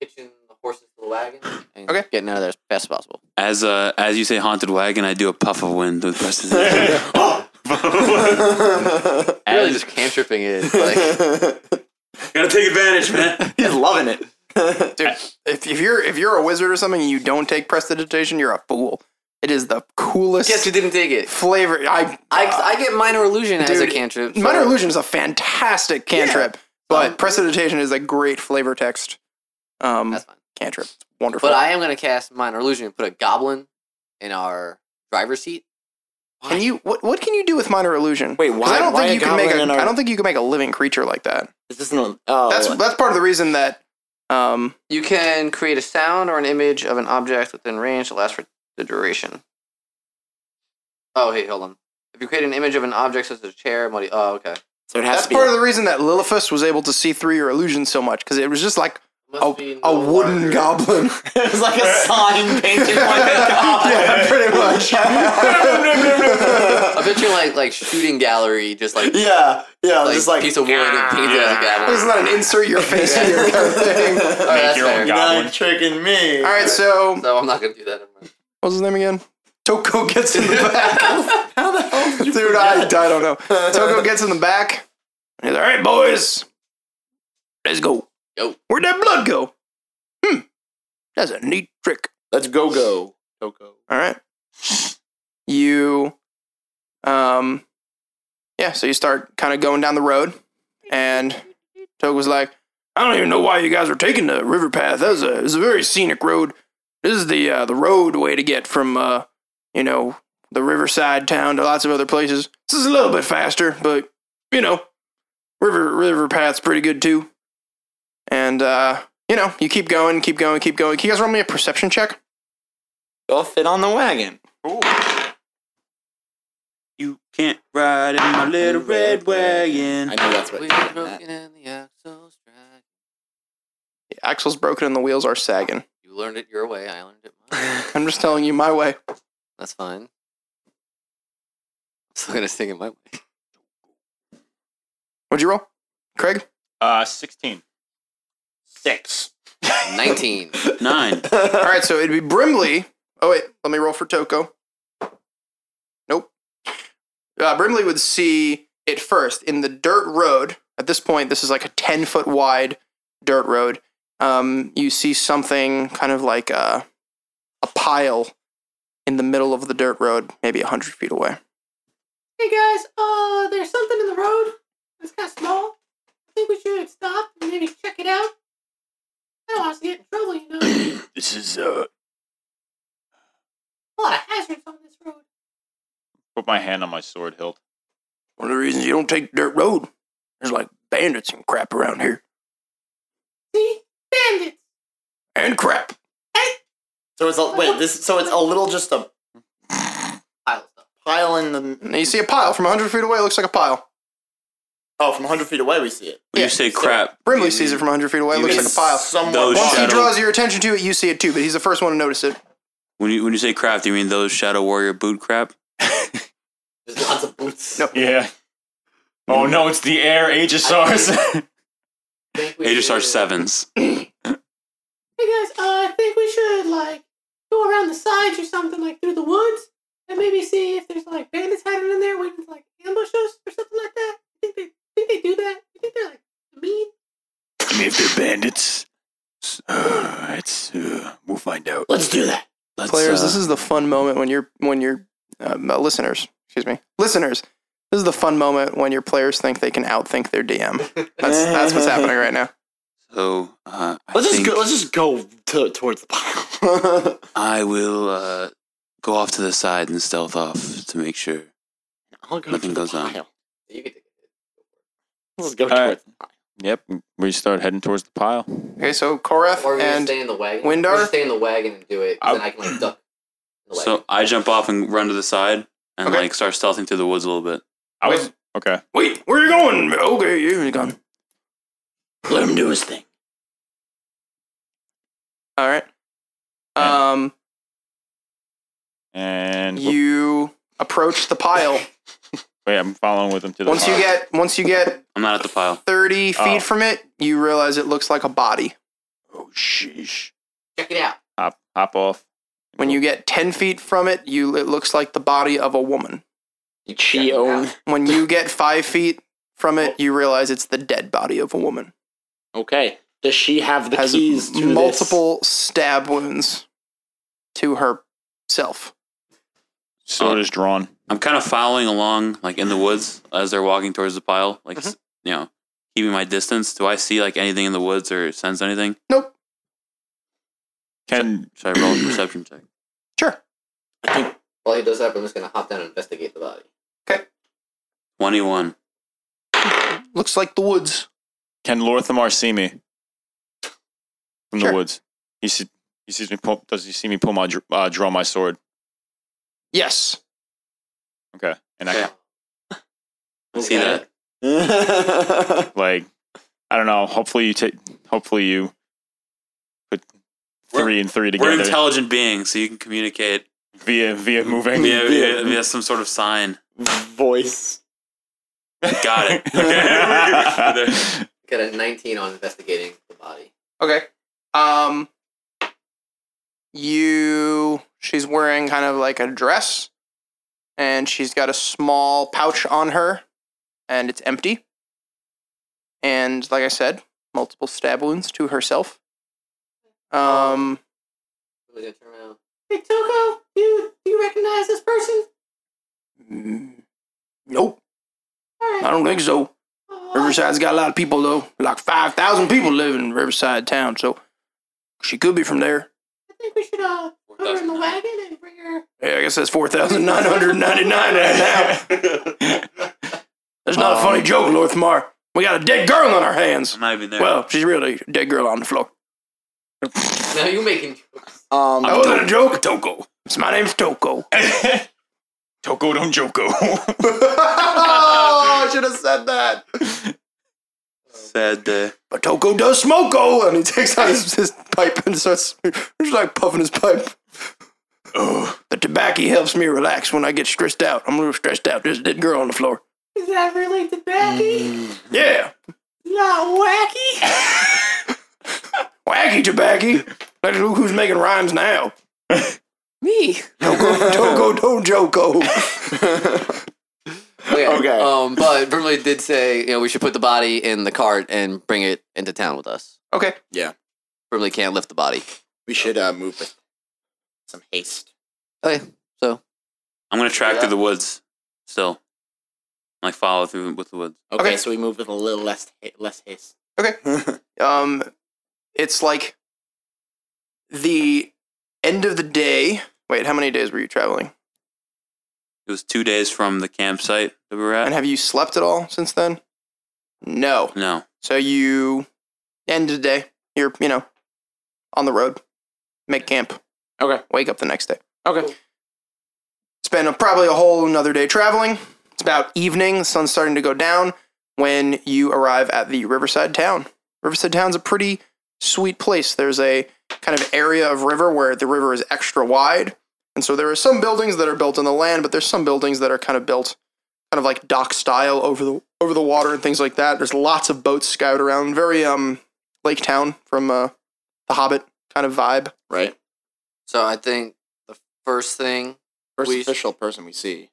[SPEAKER 6] Hitching the horses to the wagon. And
[SPEAKER 5] Okay.
[SPEAKER 6] Getting out of there as fast as possible.
[SPEAKER 4] As uh, as you say, haunted wagon. I do a puff of wind with prestidigitation.
[SPEAKER 6] Really, just cantripping it. Like,
[SPEAKER 4] Gotta take advantage, man.
[SPEAKER 8] He's loving it.
[SPEAKER 5] Dude, if, if you're if you're a wizard or something and you don't take prestidigitation, you're a fool. It is the coolest
[SPEAKER 6] didn't take it?
[SPEAKER 5] flavor. I,
[SPEAKER 6] I, I get minor illusion as a
[SPEAKER 5] Dude,
[SPEAKER 6] cantrip.
[SPEAKER 5] Minor
[SPEAKER 6] so-
[SPEAKER 5] Illusion is a fantastic cantrip, but
[SPEAKER 6] Um,
[SPEAKER 5] Prestidigitation is a great flavor text um,
[SPEAKER 6] That's fine.
[SPEAKER 5] cantrip. It's wonderful.
[SPEAKER 6] But I am gonna cast minor illusion and put a goblin in our driver's seat.
[SPEAKER 5] can you what what can you do with Minor Illusion?
[SPEAKER 8] Wait,
[SPEAKER 5] 'Cause
[SPEAKER 8] why?
[SPEAKER 5] I don't
[SPEAKER 8] why
[SPEAKER 5] think
[SPEAKER 8] a
[SPEAKER 5] you can make
[SPEAKER 8] goblin in
[SPEAKER 5] a
[SPEAKER 8] our-
[SPEAKER 5] I don't think you can make a living creature like that.
[SPEAKER 8] This isn't. a- Oh,
[SPEAKER 5] That's that's part of the reason that um
[SPEAKER 6] You can create a sound or an image of an object within range that lasts for the duration. Oh, hey, hold on. If you create an image of an object such as a chair, muddy. Oh, okay.
[SPEAKER 8] so it has
[SPEAKER 5] that's
[SPEAKER 8] to be.
[SPEAKER 5] part of the reason that Lilithus was able to see through your illusion so much because it was just like
[SPEAKER 6] Must
[SPEAKER 5] a,
[SPEAKER 6] be no
[SPEAKER 5] a wooden
[SPEAKER 6] larger-
[SPEAKER 5] goblin.
[SPEAKER 8] it's like a Oh sign painted on the goblin.
[SPEAKER 5] yeah, pretty much.
[SPEAKER 6] I bet you like like shooting gallery, just like
[SPEAKER 8] Yeah, yeah,
[SPEAKER 6] like
[SPEAKER 8] just like "Ah."
[SPEAKER 6] piece of wood and painted as a
[SPEAKER 5] This is
[SPEAKER 6] goblin.
[SPEAKER 5] not an insert your face here kind of thing.
[SPEAKER 6] Oh, that's
[SPEAKER 7] your own
[SPEAKER 6] fair.
[SPEAKER 7] goblin.
[SPEAKER 8] Not tricking me.
[SPEAKER 5] All right, so
[SPEAKER 6] No, I'm not gonna do that. never mind.
[SPEAKER 5] what's his name again? Toko gets in the back.
[SPEAKER 8] How the hell did you
[SPEAKER 5] Dude, I, I don't know. Toko gets in the back. And he's all right, boys. Let's go.
[SPEAKER 6] Yo.
[SPEAKER 5] Where'd that blood go? Hmm. That's a neat trick.
[SPEAKER 8] Let's go go. Coco.
[SPEAKER 5] All right. You um yeah, so you start kind of going down the road, and Toad was like, "I don't even know why you guys are taking the river path. That's a it's a very scenic road. This is the uh, the road way to get from uh, you know the riverside town to lots of other places. This is a little bit faster, but you know, river river path's pretty good too. And uh, you know, you keep going, keep going, keep going. Can you guys roll me a perception check?
[SPEAKER 8] Go fit on the wagon.
[SPEAKER 4] You can't ride in my little red
[SPEAKER 8] I
[SPEAKER 4] wagon.
[SPEAKER 8] knew that's what.
[SPEAKER 6] We've
[SPEAKER 8] you meant.
[SPEAKER 6] broken in the axle's drag.
[SPEAKER 5] The axle's broken and the wheels are sagging.
[SPEAKER 6] You learned it your way. I learned it mine.
[SPEAKER 5] I'm just telling you my way.
[SPEAKER 6] That's fine. I'm still gonna sing it my way.
[SPEAKER 5] What'd you roll, Craig?
[SPEAKER 7] Uh, 16.
[SPEAKER 8] Six.
[SPEAKER 6] Nineteen.
[SPEAKER 4] Nine.
[SPEAKER 5] All right, so it'd be Brimley. Oh wait, let me roll for Toko. Nope. Uh, Brimley would see it first in the dirt road. At this point, this is like a ten foot wide dirt road. Um, you see something kind of like a, a pile in the middle of the dirt road, maybe hundred feet away.
[SPEAKER 11] Hey guys, uh, there's something in the road. It's kind of small. I think we should stop and maybe check it out. I don't want us to get in trouble, you know. There's
[SPEAKER 7] This is, uh.
[SPEAKER 11] a lot of hazards on this road.
[SPEAKER 7] Put my hand on my sword hilt.
[SPEAKER 5] One of the reasons you don't take dirt road. There's like bandits and crap around here,
[SPEAKER 11] See, bandits.
[SPEAKER 5] and crap.
[SPEAKER 8] So it's a wait. This so it's a little just a
[SPEAKER 9] Pile stuff.
[SPEAKER 8] pile in the
[SPEAKER 5] And you see a pile from hundred feet away. It looks like a pile.
[SPEAKER 8] oh from 100 feet away we see it.
[SPEAKER 4] When
[SPEAKER 5] Yeah,
[SPEAKER 4] you say crap,
[SPEAKER 5] Brimley
[SPEAKER 4] you
[SPEAKER 5] sees it
[SPEAKER 4] mean-
[SPEAKER 5] from hundred feet away. It looks like a
[SPEAKER 8] It's
[SPEAKER 5] pile.
[SPEAKER 8] somewhat
[SPEAKER 4] Those
[SPEAKER 5] Once he
[SPEAKER 4] shadow-
[SPEAKER 5] draws your attention to it, you see it too, but he's the first one to notice it.
[SPEAKER 4] When you when you say crap, do you mean those Shadow Warrior boot crap?
[SPEAKER 8] There's lots of boots.
[SPEAKER 5] No.
[SPEAKER 7] Yeah. Oh no, it's the air Aegisaurus.
[SPEAKER 4] Aegis are sevens.
[SPEAKER 11] Hey guys, uh, I think we should like go around the sides or something, like through the woods, and maybe see if there's like bandits hiding in there waiting to like ambush us or something like that. You think they think they do that? You think they're like mean?
[SPEAKER 7] I mean, if they're bandits, uh, it's, uh, we'll find out.
[SPEAKER 8] Let's do that.
[SPEAKER 4] Let's,
[SPEAKER 5] Players,
[SPEAKER 4] uh,
[SPEAKER 5] this is the fun moment when you're when you're um, uh, listeners, excuse me, listeners. This is the fun moment when your players think they can outthink their DM. That's that's what's happening right now.
[SPEAKER 4] so. Uh, I
[SPEAKER 8] Let's just
[SPEAKER 4] think
[SPEAKER 8] go. Let's just go to, towards the pile.
[SPEAKER 4] I will uh, go off to the side and stealth off to make sure.
[SPEAKER 8] I'll go
[SPEAKER 4] Nothing
[SPEAKER 8] to the
[SPEAKER 4] goes on.
[SPEAKER 8] pile.
[SPEAKER 9] You get to
[SPEAKER 8] Let's go
[SPEAKER 7] All right.
[SPEAKER 8] towards the pile.
[SPEAKER 7] Yep, we start heading towards the pile.
[SPEAKER 5] Okay, so Korath
[SPEAKER 9] Or we just
[SPEAKER 5] and
[SPEAKER 9] stay in the wagon.
[SPEAKER 5] Windar?
[SPEAKER 9] We just stay in the wagon and do it. 'cause
[SPEAKER 7] I-
[SPEAKER 9] then I can like duck. in The wagon.
[SPEAKER 4] So I jump off and run to the side and
[SPEAKER 5] Okay.
[SPEAKER 4] like start stealthing through the woods a little bit.
[SPEAKER 7] I was okay.
[SPEAKER 5] wait, where are you going? Okay, you're gone.
[SPEAKER 8] Let him do his thing.
[SPEAKER 5] All right. Um,
[SPEAKER 7] And
[SPEAKER 5] you approach the pile.
[SPEAKER 7] wait, I'm following with him to the.
[SPEAKER 5] Once you
[SPEAKER 7] pile.
[SPEAKER 5] get once you get
[SPEAKER 4] I'm not at the pile.
[SPEAKER 5] thirty
[SPEAKER 7] Oh.
[SPEAKER 5] feet from it, you realize it looks like a body.
[SPEAKER 7] oh sheesh,
[SPEAKER 9] check it out.
[SPEAKER 7] hop hop off.
[SPEAKER 5] When you get ten feet from it, you it looks like the body of a woman.
[SPEAKER 8] She own.
[SPEAKER 5] When you get five feet from it, you realize it's the dead body of a woman.
[SPEAKER 8] Okay. Does she have the
[SPEAKER 5] Has
[SPEAKER 8] keys to this?
[SPEAKER 5] multiple stab wounds to herself. Oh.
[SPEAKER 7] Sword is drawn.
[SPEAKER 4] I'm kind of following along like in the woods as they're walking towards the pile, like s you know, keeping my distance. Do I see like anything in the woods or sense anything?
[SPEAKER 5] Nope.
[SPEAKER 7] Can
[SPEAKER 4] Should I roll a perception check?
[SPEAKER 5] Sure.
[SPEAKER 9] While he does that, I'm just gonna hop down and investigate the body.
[SPEAKER 4] Twenty-one.
[SPEAKER 5] Looks like the woods.
[SPEAKER 7] can Lorthamar see me from
[SPEAKER 5] Sure.
[SPEAKER 7] the woods? He see, he sees me. Pull, does he see me pull my dr- uh, draw my sword?
[SPEAKER 5] Yes.
[SPEAKER 7] Okay, and I
[SPEAKER 4] I see
[SPEAKER 9] Okay.
[SPEAKER 4] that.
[SPEAKER 7] like I don't know. Hopefully you take. Hopefully you put
[SPEAKER 4] We're-
[SPEAKER 7] 3 and three
[SPEAKER 4] We're
[SPEAKER 7] together
[SPEAKER 4] intelligent beings, so you can communicate
[SPEAKER 7] via via moving.
[SPEAKER 4] via, via, via some sort of sign.
[SPEAKER 8] Voice.
[SPEAKER 4] Got it.
[SPEAKER 7] Okay.
[SPEAKER 9] Got a 19 on investigating the body.
[SPEAKER 5] Okay. Um you she's wearing kind of like a dress and she's got a small pouch on her and it's empty. And like I said, multiple stab wounds to herself. Um
[SPEAKER 9] Who's gonna turn around?
[SPEAKER 11] Hey Toko, you do you recognize this person?
[SPEAKER 5] Mm, Nope. don't think so. Riverside's got a lot of people though. Like five thousand people live in Riverside town, so she could be from there.
[SPEAKER 11] I think we should uh, put her in the wagon and bring her.
[SPEAKER 5] Yeah, I guess that's four thousand nine hundred ninety nine right now. That's not a
[SPEAKER 7] Oh.
[SPEAKER 5] funny joke, Lord Thamar. We got a dead girl on our hands.
[SPEAKER 4] I'm not even there.
[SPEAKER 5] Well, she's really a dead girl on the floor.
[SPEAKER 6] Now you making
[SPEAKER 8] Um,
[SPEAKER 5] Oh, That wasn't a joke.
[SPEAKER 7] Toko.
[SPEAKER 5] It's my name's Toko.
[SPEAKER 7] Toko don't Joko.
[SPEAKER 8] oh, I should have said that.
[SPEAKER 4] Sad day.
[SPEAKER 5] But Toko does smoko, and he takes out his, his pipe and starts he's like puffing his pipe. The tobacco helps me relax when I get stressed out. I'm a little stressed out. There's a dead girl on the floor.
[SPEAKER 11] Is that really tobacco?
[SPEAKER 5] Mm. Yeah,
[SPEAKER 11] Not wacky?
[SPEAKER 5] wacky tobacco. Like look who's making rhymes now.
[SPEAKER 6] me?
[SPEAKER 5] Toko don't Joko.
[SPEAKER 6] Okay.
[SPEAKER 8] Okay.
[SPEAKER 6] Um, but Brimley did say, you know, we should put the body in the cart and bring it into town with us.
[SPEAKER 5] Okay.
[SPEAKER 8] Yeah.
[SPEAKER 6] Brimley can't lift the body.
[SPEAKER 8] We should uh, move with some haste.
[SPEAKER 6] Okay. So
[SPEAKER 4] I'm gonna track
[SPEAKER 9] Yeah.
[SPEAKER 4] through the woods, still, like follow through with the woods.
[SPEAKER 8] Okay,
[SPEAKER 5] Okay.
[SPEAKER 8] so we move with a little less ha- less haste.
[SPEAKER 5] um it's like the end of the day wait how many days were you traveling
[SPEAKER 4] It was two days from the campsite that we were
[SPEAKER 5] and
[SPEAKER 4] at.
[SPEAKER 5] have you slept at all since then no
[SPEAKER 4] No,
[SPEAKER 5] so you end of the day you're you know on the road make camp
[SPEAKER 8] Okay.
[SPEAKER 5] wake up the next day
[SPEAKER 8] Okay.
[SPEAKER 5] spend a, probably a whole another day traveling it's about evening the sun's starting to go down when you arrive at the riverside town riverside town's a pretty sweet place there's a kind of area of river where the river is extra wide. And so there are some buildings that are built on the land, but there's some buildings that are kind of built kind of like dock style over the over the water and things like that. There's lots of boats scouted around, very um lake town from uh, the Hobbit kind of vibe.
[SPEAKER 8] Right.
[SPEAKER 9] So I think the first thing.
[SPEAKER 8] First
[SPEAKER 9] We-
[SPEAKER 8] official person we see.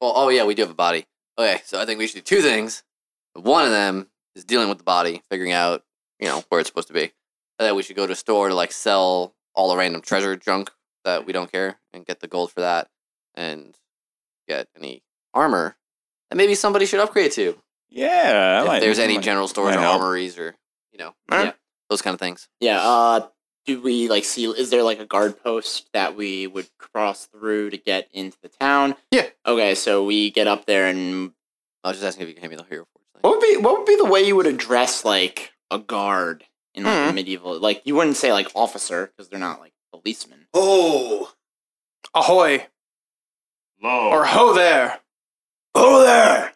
[SPEAKER 6] well oh yeah, we do have a body. Okay, so I think we should do two things. One of them is dealing with the body, figuring out, you know, where it's supposed to be. And then we should go to a store to like sell all the random treasure junk that we don't care and get the gold for that and get any armor that maybe somebody should upgrade to.
[SPEAKER 7] yeah. I
[SPEAKER 6] if
[SPEAKER 7] might-
[SPEAKER 6] there's any
[SPEAKER 7] might-
[SPEAKER 6] general stores or
[SPEAKER 7] might help.
[SPEAKER 6] armories or you know
[SPEAKER 5] Alright.
[SPEAKER 6] yeah, those kind of things.
[SPEAKER 8] Yeah. Uh, do we like see? Is there like a guard post that we would cross through to get into the town?
[SPEAKER 5] Yeah.
[SPEAKER 8] Okay, so we get up there, and
[SPEAKER 6] I was just asking if you can hand me the hero forge.
[SPEAKER 8] what would be what would be the way you would address like a guard in like
[SPEAKER 5] Mhm.
[SPEAKER 8] a medieval? Like you wouldn't say like officer because they're not like policemen.
[SPEAKER 2] Oh,
[SPEAKER 5] Ahoy
[SPEAKER 7] Low.
[SPEAKER 5] or ho there.
[SPEAKER 2] oh there!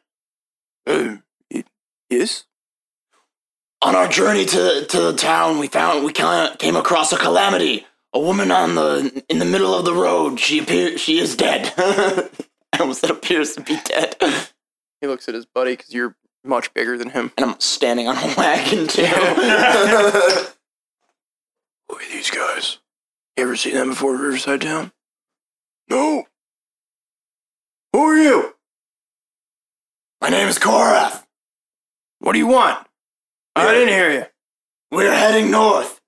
[SPEAKER 5] Um, y- yes.
[SPEAKER 2] On our journey to to the town, we found we ca- came across a calamity. A woman on the in the middle of the road. She appear she is dead.
[SPEAKER 8] I almost said appears to be dead, and
[SPEAKER 5] He looks at his buddy cuz you're much bigger than him.
[SPEAKER 8] I'm standing on a wagon too.
[SPEAKER 5] Who are these guys? You ever seen them before Riverside Town? No.
[SPEAKER 2] Who are you? My name is Korath.
[SPEAKER 5] What do you want? I didn't hear you.
[SPEAKER 2] We're heading north,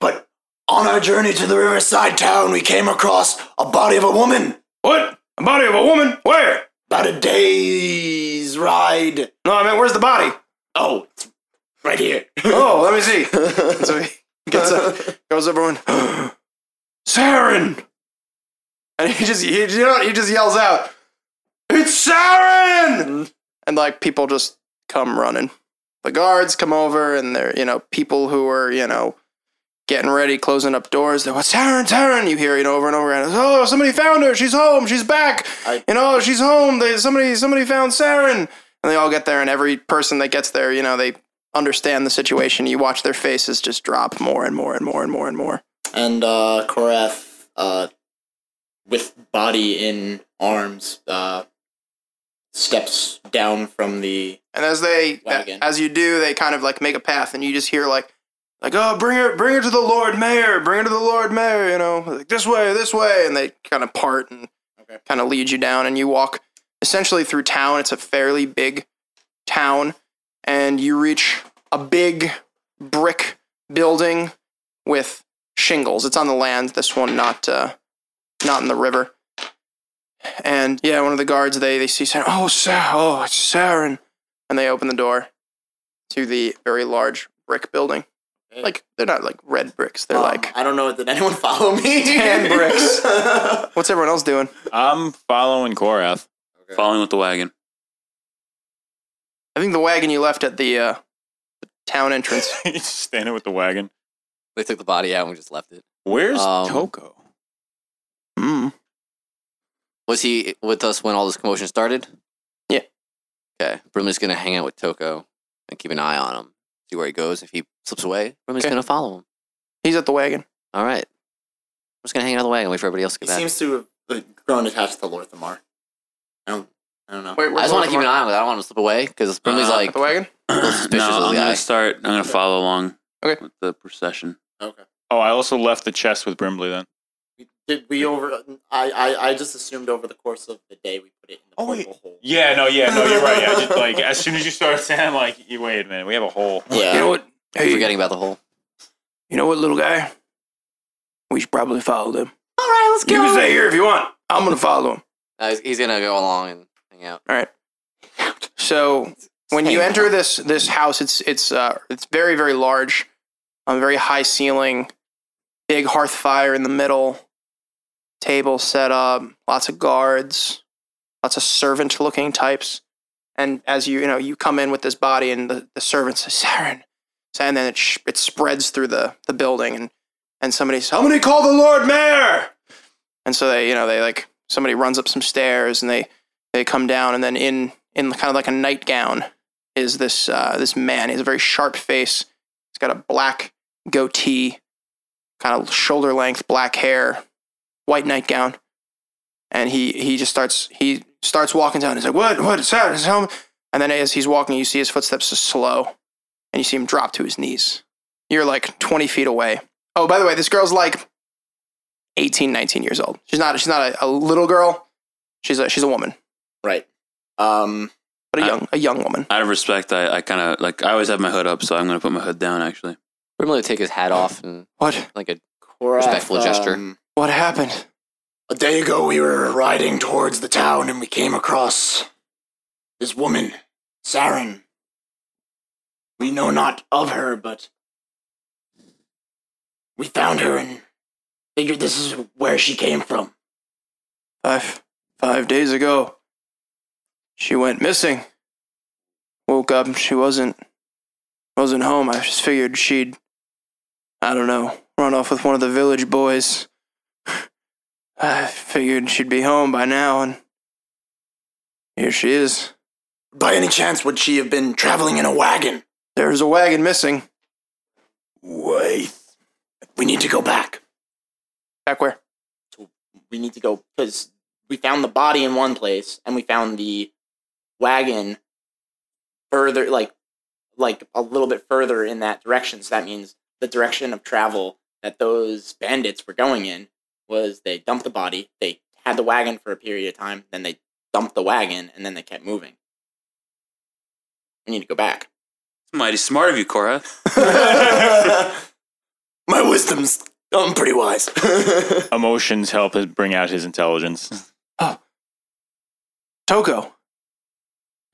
[SPEAKER 2] but on our journey to the riverside town, we came across a body of a woman
[SPEAKER 5] What? A body of a woman? Where?
[SPEAKER 2] about a day's ride.
[SPEAKER 5] No, I mean, where's the body?
[SPEAKER 2] Oh, it's right here.
[SPEAKER 5] Oh, let me see. so he gets up, goes over and Saren, and he just he, you know, he just yells out, "It's Saren!" And like people just come running. The guards come over, and they're you know people who are you know getting ready, closing up doors. They're, "What's Saren? Saren!" You hear it over and over again. Oh, somebody found her. She's home. She's back.
[SPEAKER 8] I-
[SPEAKER 5] you know, she's home. They, somebody somebody found Saren. And they all get there, and every person that gets there, you know, they understand the situation. You watch their faces just drop more and more and more and more and more.
[SPEAKER 8] And uh Korath, uh with body in arms, uh steps down from the
[SPEAKER 5] And as they,
[SPEAKER 8] Wagon.
[SPEAKER 5] as you do, they kind of like make a path, and you just hear like, like, oh, bring her, bring her to the Lord Mayor, bring her to the Lord Mayor, you know, like this way, this way, and they kind of part and
[SPEAKER 8] Okay.
[SPEAKER 5] kind of lead you down, and you walk essentially through town. It's a fairly big town, and you reach a big brick building with shingles. It's on the land. This one, not, uh, not in the river. And yeah, one of the guards they they see saying, "Oh, Sarah, oh, it's Saren." and they open the door to the very large brick building.
[SPEAKER 8] Okay.
[SPEAKER 5] Like they're not like red bricks. They're
[SPEAKER 8] Um,
[SPEAKER 5] like
[SPEAKER 8] I don't know. Did anyone follow me?
[SPEAKER 5] Ten bricks. what's everyone else doing?
[SPEAKER 7] I'm following Korath.
[SPEAKER 4] Following with the wagon.
[SPEAKER 5] I think the wagon you left at the, uh, the town entrance.
[SPEAKER 7] He's standing with the wagon.
[SPEAKER 6] They took the body out and we just left it.
[SPEAKER 7] Where's
[SPEAKER 6] Um,
[SPEAKER 7] Toko? Hmm.
[SPEAKER 5] mm.
[SPEAKER 6] Was he with us when all this commotion started?
[SPEAKER 5] Yeah.
[SPEAKER 6] Okay. Brimley's gonna hang out with Toko and keep an eye on him. See where he goes. If he slips away, Brimley's
[SPEAKER 5] Okay.
[SPEAKER 6] gonna follow him.
[SPEAKER 5] He's at the wagon.
[SPEAKER 6] All right. I'm just gonna hang out of the way and wait for everybody else to
[SPEAKER 8] He
[SPEAKER 6] get back.
[SPEAKER 8] seems to have like, grown attached to Lorthamar. I don't. I don't know.
[SPEAKER 5] Wait,
[SPEAKER 6] I
[SPEAKER 5] where's
[SPEAKER 6] just want to keep
[SPEAKER 5] Mortimer?
[SPEAKER 6] an eye on it. I don't want him to slip away because Brimley's
[SPEAKER 4] Uh,
[SPEAKER 6] like,
[SPEAKER 5] at the wagon.
[SPEAKER 4] no,
[SPEAKER 6] suspicious of the
[SPEAKER 4] I'm
[SPEAKER 6] guy.
[SPEAKER 4] gonna start. I'm gonna follow along.
[SPEAKER 5] Okay.
[SPEAKER 4] With the procession.
[SPEAKER 7] Oh, I also left the chest with Brimley then.
[SPEAKER 8] Did we over? I, I I just assumed over the course of the day we put it in the
[SPEAKER 7] Oh, wait.
[SPEAKER 8] portable hole.
[SPEAKER 7] Yeah, no, yeah, no, you're right. Yeah, just, like as soon as you start saying, I'm like, "You- wait a minute, we have a hole.
[SPEAKER 5] You know
[SPEAKER 8] Yeah.
[SPEAKER 5] what?
[SPEAKER 6] I'm
[SPEAKER 5] Hey,
[SPEAKER 6] forgetting about the hole.
[SPEAKER 5] you know what, little guy? We should probably follow them.
[SPEAKER 11] All right, let's
[SPEAKER 5] You
[SPEAKER 11] get
[SPEAKER 5] can
[SPEAKER 11] on.
[SPEAKER 5] stay here if you want. I'm gonna follow him.
[SPEAKER 6] Uh, he's, he's gonna go along and hang out.
[SPEAKER 5] So when you enter this this house, it's it's uh, it's very very large, um, very high ceiling, big hearth fire in the middle, table set up, lots of guards, lots of servant looking types, and as you you know you come in with this body and the, the servant says Saren, and then it sh- it spreads through the the building and and somebody says somebody call the Lord Mayor, and so they you know they like somebody runs up some stairs and they they come down and then in in kind of like a nightgown is this uh, this man. He has a very sharp face. He's got a black goatee, kind of shoulder length black hair, white nightgown, and he he just starts he starts walking down. He's like, "What? What? It's that? It's home?" And then as he's walking, you see his footsteps are slow, and you see him drop to his knees. You're like 20 feet away. Oh, by the way, this girl's like 18, 19 years old. She's not she's not a, a little girl. She's a she's a woman,
[SPEAKER 8] Right. Um.
[SPEAKER 5] but a
[SPEAKER 4] I-
[SPEAKER 5] young a young woman.
[SPEAKER 4] Out of respect, I, I kind of like. I always have my hood up, so I'm gonna put my hood down. Actually,
[SPEAKER 6] Brimley would take his hat off and
[SPEAKER 5] What?
[SPEAKER 6] like a
[SPEAKER 8] Korath,
[SPEAKER 6] Respectful gesture.
[SPEAKER 8] um,
[SPEAKER 5] What happened?
[SPEAKER 2] A day ago, we were riding towards the town and we came across this woman, Saren. We know not of her, but we found her and figured this is where she came from.
[SPEAKER 5] Five, five days ago, she went missing. Woke up, and she wasn't, wasn't home. I just figured she'd, I don't know, run off with one of the village boys. I figured she'd be home by now, and here she is.
[SPEAKER 2] By any chance, would she have been traveling in a wagon?
[SPEAKER 5] There's a wagon missing.
[SPEAKER 2] Wait. We need to go back.
[SPEAKER 5] Back where?
[SPEAKER 8] we need to go because we found the body in one place and we found the wagon further like like a little bit further in that direction so that means the direction of travel that those bandits were going in was they dumped the body they had the wagon for a period of time then they dumped the wagon and then they kept moving we need to go back
[SPEAKER 4] mighty smart of you, Cora.
[SPEAKER 2] My wisdom's. I'm pretty wise.
[SPEAKER 7] Emotions help us bring out his intelligence.
[SPEAKER 5] Toko.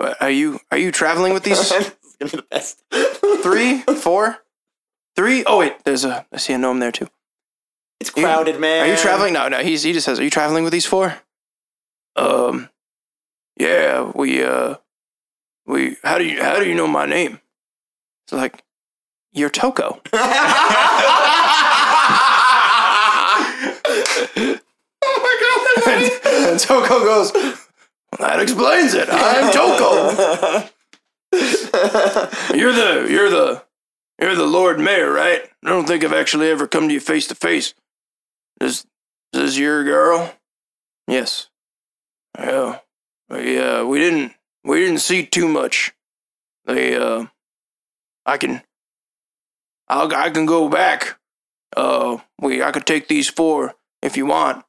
[SPEAKER 5] Uh, Are you are you traveling with these
[SPEAKER 8] this is gonna be the best
[SPEAKER 5] three, four, three? Oh wait, there's a I see a gnome there too.
[SPEAKER 8] it's crowded man
[SPEAKER 5] Are you traveling? No, no. He's, he just says, "Are you traveling with these four? Um, yeah. We uh, we. How do you how do you know my name? It's like you're Toko. oh my god! and, and Toko goes. That explains it. I'm Toko. you're the you're the you're the Lord Mayor, right? I don't think I've actually ever come to you face to face. This this is your girl? Yes. Yeah. We, uh, we didn't we didn't see too much. They uh I can I'll, I can go back. Uh we I could take these four if you want.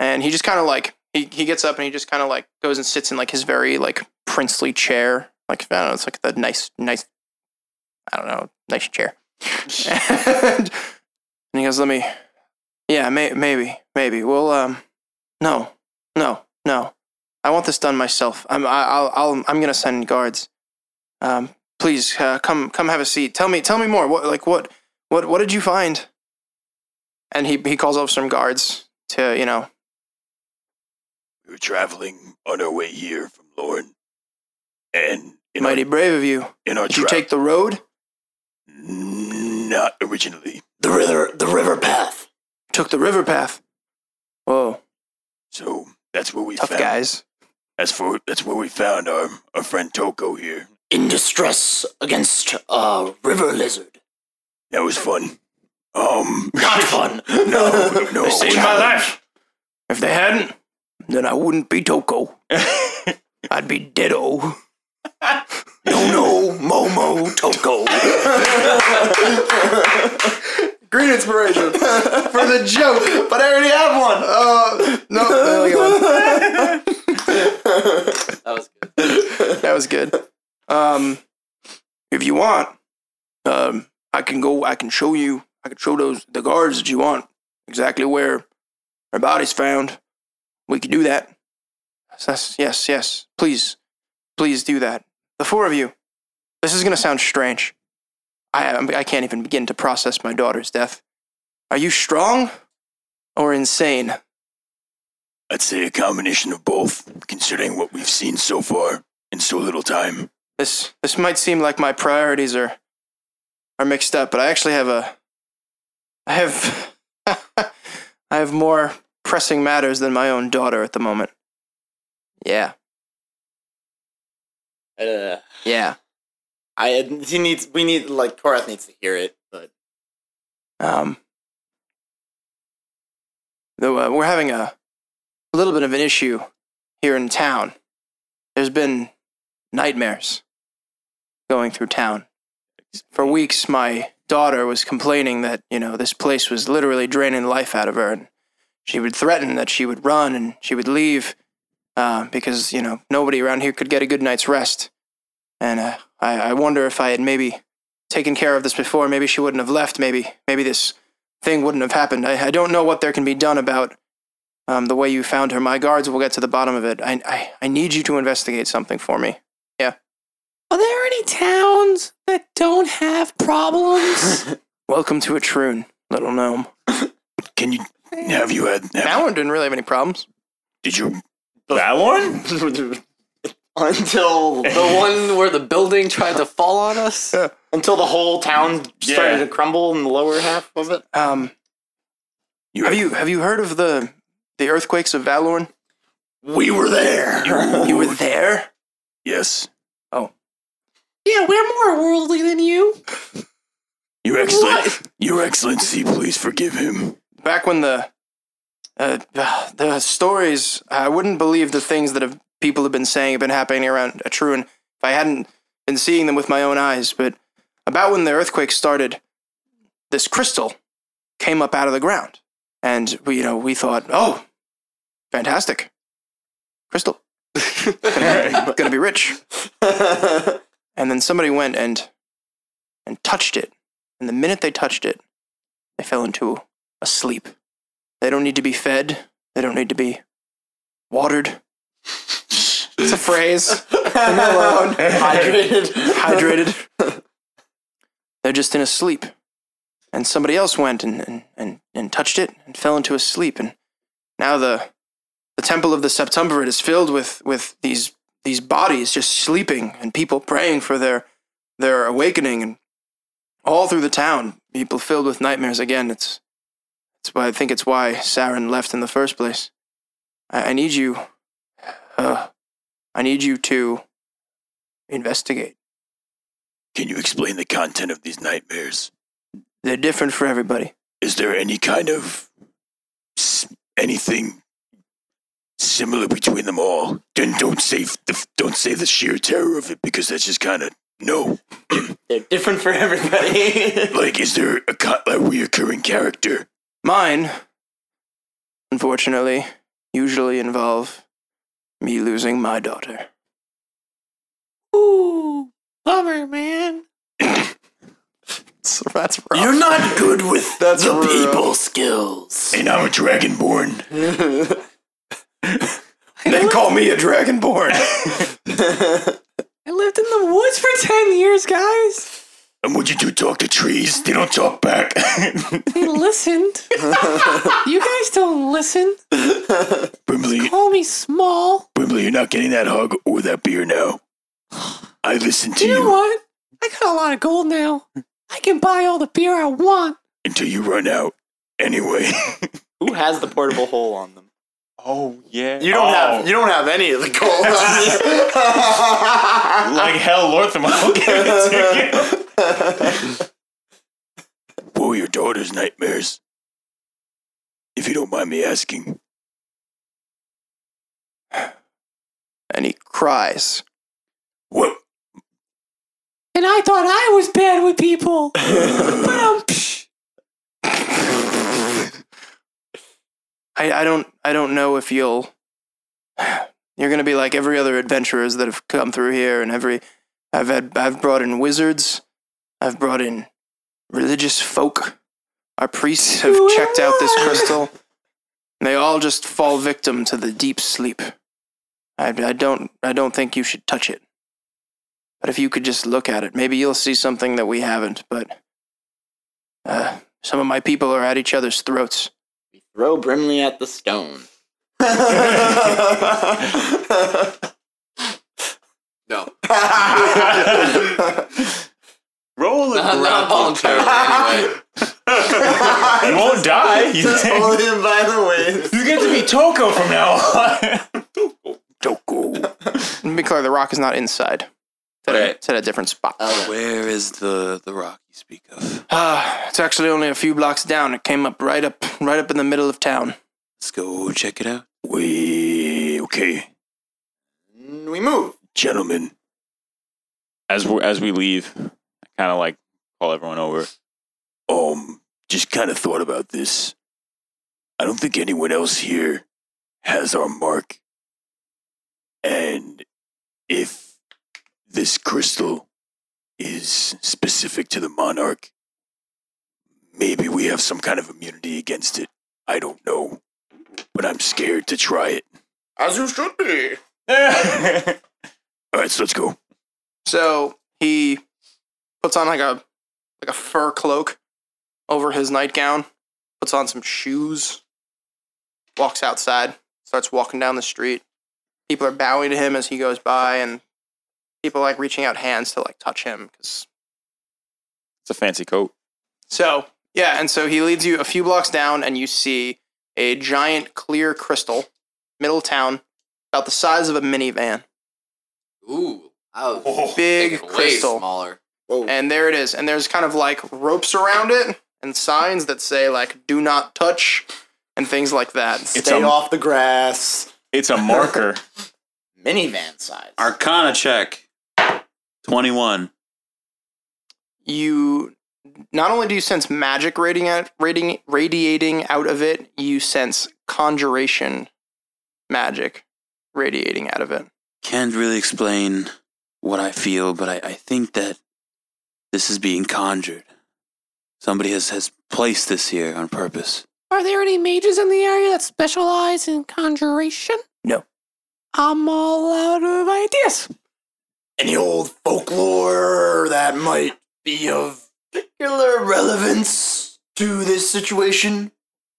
[SPEAKER 5] And he just kind of like he, he gets up and he just kind of like goes and sits in like his very like princely chair. Like I don't know, it's like the nice nice I don't know, nice chair. and, and he goes, "Let me yeah, may- maybe, maybe. Well, um, no, no, no. I want this done myself. I'm, I, I'll, I'll, I'm gonna send guards. Um, please uh, come come have a seat. Tell me tell me more. What like what what what did you find? And he he calls up some guards to you know.
[SPEAKER 12] We were traveling on our way here from Lorne, and in
[SPEAKER 5] Mighty brave of you.
[SPEAKER 12] our, in our
[SPEAKER 5] Did you
[SPEAKER 12] tra-
[SPEAKER 5] take the road?
[SPEAKER 12] not originally.
[SPEAKER 2] The river, the river path.
[SPEAKER 5] Took the river path. Whoa,
[SPEAKER 12] So that's where we
[SPEAKER 5] tough
[SPEAKER 12] found.
[SPEAKER 5] guys.
[SPEAKER 12] That's for that's where we found our our friend Toko here.
[SPEAKER 2] In distress against a river lizard.
[SPEAKER 12] That was fun. Um,
[SPEAKER 2] Not fun.
[SPEAKER 12] no, no.
[SPEAKER 5] They saved my life. If they hadn't, then I wouldn't be Toko. I'd be Ditto.
[SPEAKER 2] No, no, Momo Toko.
[SPEAKER 9] Green inspiration for the joke.
[SPEAKER 2] but I already have one.
[SPEAKER 9] Uh, no, there we go.
[SPEAKER 6] That was good.
[SPEAKER 5] That was good. Um, if you want, um, I can go. I can show you. I can show those the guards that you want exactly where our body's found. We could do that. Yes, Yes, yes, yes. Please, please do that. The four of you. This is gonna sound strange. I I'm- I can't even begin to process my daughter's death. Are you strong or insane?
[SPEAKER 12] I'd say a combination of both, considering what we've seen so far in so little time.
[SPEAKER 5] This this might seem like my priorities are are mixed up, but I actually have a I have I have more pressing matters than my own daughter at the moment. Yeah.
[SPEAKER 8] Uh,
[SPEAKER 5] Yeah.
[SPEAKER 8] I he needs we need like Korath needs to hear it, but
[SPEAKER 5] Um though uh, we're having a, a little bit of an issue here in town. There's been nightmares going through town. For weeks, my daughter was complaining that, you know, this place was literally draining life out of her. And she would threaten that she would run and she would leave uh, because, you know, nobody around here could get a good night's rest. And uh, I, I wonder if I had maybe taken care of this before, maybe she wouldn't have left. Maybe, maybe this thing wouldn't have happened. I, I don't know what there can be done about um, the way you found her. My guards will get to the bottom of it. I, I, I need you to investigate something for me.
[SPEAKER 10] Are there any towns that don't have problems?
[SPEAKER 5] Welcome to a troon, little gnome.
[SPEAKER 12] Can you have you had? Have,
[SPEAKER 5] That one didn't really have any problems.
[SPEAKER 12] did you?
[SPEAKER 7] that one?
[SPEAKER 8] until
[SPEAKER 6] The one where the building tried to fall on us.
[SPEAKER 8] until the whole town started
[SPEAKER 7] Yeah.
[SPEAKER 8] to crumble in the lower half of it.
[SPEAKER 5] Um,
[SPEAKER 12] You
[SPEAKER 5] have you have you heard of the the earthquakes of Valorn?
[SPEAKER 12] We were there.
[SPEAKER 5] You were there.
[SPEAKER 12] Yes,
[SPEAKER 11] Yeah, we're more worldly than you.
[SPEAKER 12] Your Excellency. Your Excellency, please forgive him.
[SPEAKER 5] Back when the uh, the stories, I wouldn't believe the things that have people have been saying have been happening around a Troon if I hadn't been seeing them with my own eyes. But about when the earthquake started, this crystal came up out of the ground, and we you know we thought, oh, fantastic, crystal, gonna, gonna be rich. and then somebody went and and touched it and the minute they touched it they fell into a sleep they don't need to be fed they don't need to be watered it's a phrase Leave me alone. hydrated they're just in a sleep and somebody else went and, and, and, and touched it and fell into a sleep and now the the temple of the septemberate is filled with with these these bodies just sleeping and people praying for their their awakening and all through the town people filled with nightmares again it's it's why i think it's why Saren left in the first place i, I need you uh, i need you to investigate
[SPEAKER 12] Can you explain the content of these nightmares?
[SPEAKER 5] they're different for everybody
[SPEAKER 12] Is there any kind of s- anything similar between them all? Then don't say f- the f- don't say the sheer terror of it because that's just kind of no.
[SPEAKER 8] They're different for everybody.
[SPEAKER 12] Like, is there a, co- a reoccurring character?
[SPEAKER 5] mine unfortunately usually involve me losing my daughter
[SPEAKER 10] Ooh, bummer, man.
[SPEAKER 5] so that's
[SPEAKER 2] You're not good with the people skills.
[SPEAKER 12] And I'm a dragonborn.
[SPEAKER 5] then call me a dragonborn
[SPEAKER 10] I lived in the woods for ten years, guys.
[SPEAKER 12] And would you do talk to trees? They don't talk back.
[SPEAKER 10] They listened. you guys don't listen.
[SPEAKER 12] Brimley,
[SPEAKER 10] Call me small.
[SPEAKER 12] Brimley, you're not getting that hug or that beer now. I listened to
[SPEAKER 10] You know
[SPEAKER 12] you
[SPEAKER 10] what? I got a lot of gold now. I can buy all the beer I want.
[SPEAKER 12] until you run out. Anyway,
[SPEAKER 8] Who has the portable hole on them?
[SPEAKER 7] Oh yeah.
[SPEAKER 2] You don't
[SPEAKER 7] Oh.
[SPEAKER 2] have you don't have any of the gold.
[SPEAKER 7] like hell, Lortham. I'll give it to you.
[SPEAKER 12] what were your daughter's nightmares? If you don't mind me asking.
[SPEAKER 5] And he cries.
[SPEAKER 12] What?
[SPEAKER 10] And I thought I was bad with people. but I'm psh,
[SPEAKER 5] I, I don't I don't know if you'll you're gonna be like every other adventurers that have come through here and every I've had I've brought in wizards, I've brought in religious folk. Our priests have checked out this crystal. and They all just fall victim to the deep sleep. I, I don't I don't think you should touch it. But if you could just look at it, maybe you'll see something that we haven't. But uh, some of my people are at each other's throats.
[SPEAKER 8] Throw Brimley at the stone.
[SPEAKER 6] No.
[SPEAKER 7] Roll a
[SPEAKER 6] Not, not voluntarily, anyway.
[SPEAKER 7] You won't die. You,
[SPEAKER 2] Just hold him by the
[SPEAKER 7] you get to be Toko from now on.
[SPEAKER 5] Let me be clear, the rock is not inside. It's at, a,
[SPEAKER 4] Okay.
[SPEAKER 5] it's at a different spot.
[SPEAKER 2] Oh,
[SPEAKER 4] Where is the the rock you speak of?
[SPEAKER 5] Ah, it's actually only a few blocks down. It came up right up right up in the middle of town.
[SPEAKER 4] Let's go check it out.
[SPEAKER 12] We okay,
[SPEAKER 8] We move.
[SPEAKER 12] gentlemen.
[SPEAKER 7] As we as we leave, I kind of like call everyone over.
[SPEAKER 12] Um, just kind of thought about this. I don't think anyone else here has our mark. And if this crystal is specific to the monarch, maybe we have some kind of immunity against it. I don't know. But I'm scared to try it.
[SPEAKER 2] As you should be.
[SPEAKER 12] All right, so let's go.
[SPEAKER 5] So he puts on like a like a fur cloak over his nightgown, puts on some shoes, walks outside, starts walking down the street. People are bowing to him as he goes by, and people like reaching out hands to like touch him because
[SPEAKER 7] It's a fancy coat.
[SPEAKER 5] So, yeah, and so he leads you a few blocks down, and you see a giant clear crystal, middle of town, about the size of a minivan.
[SPEAKER 6] Ooh. I was
[SPEAKER 5] Big
[SPEAKER 6] thinking way
[SPEAKER 5] crystal.
[SPEAKER 6] smaller.
[SPEAKER 5] And there it is. And there's kind of like ropes around it and signs that say, like, do not touch and things like that.
[SPEAKER 2] Stay off the grass.
[SPEAKER 7] It's a marker.
[SPEAKER 8] Minivan size.
[SPEAKER 4] Arcana check. Twenty one.
[SPEAKER 5] you not only do you sense magic radiating out, radiating, radiating out of it, you sense conjuration magic radiating out of it.
[SPEAKER 4] Can't really explain what I feel, but I, I think that this is being conjured. Somebody has, has placed this here on purpose.
[SPEAKER 10] Are there any mages in the area that specialize in conjuration?
[SPEAKER 5] No.
[SPEAKER 10] I'm all out of ideas.
[SPEAKER 2] Any old folklore that might be of particular relevance to this situation?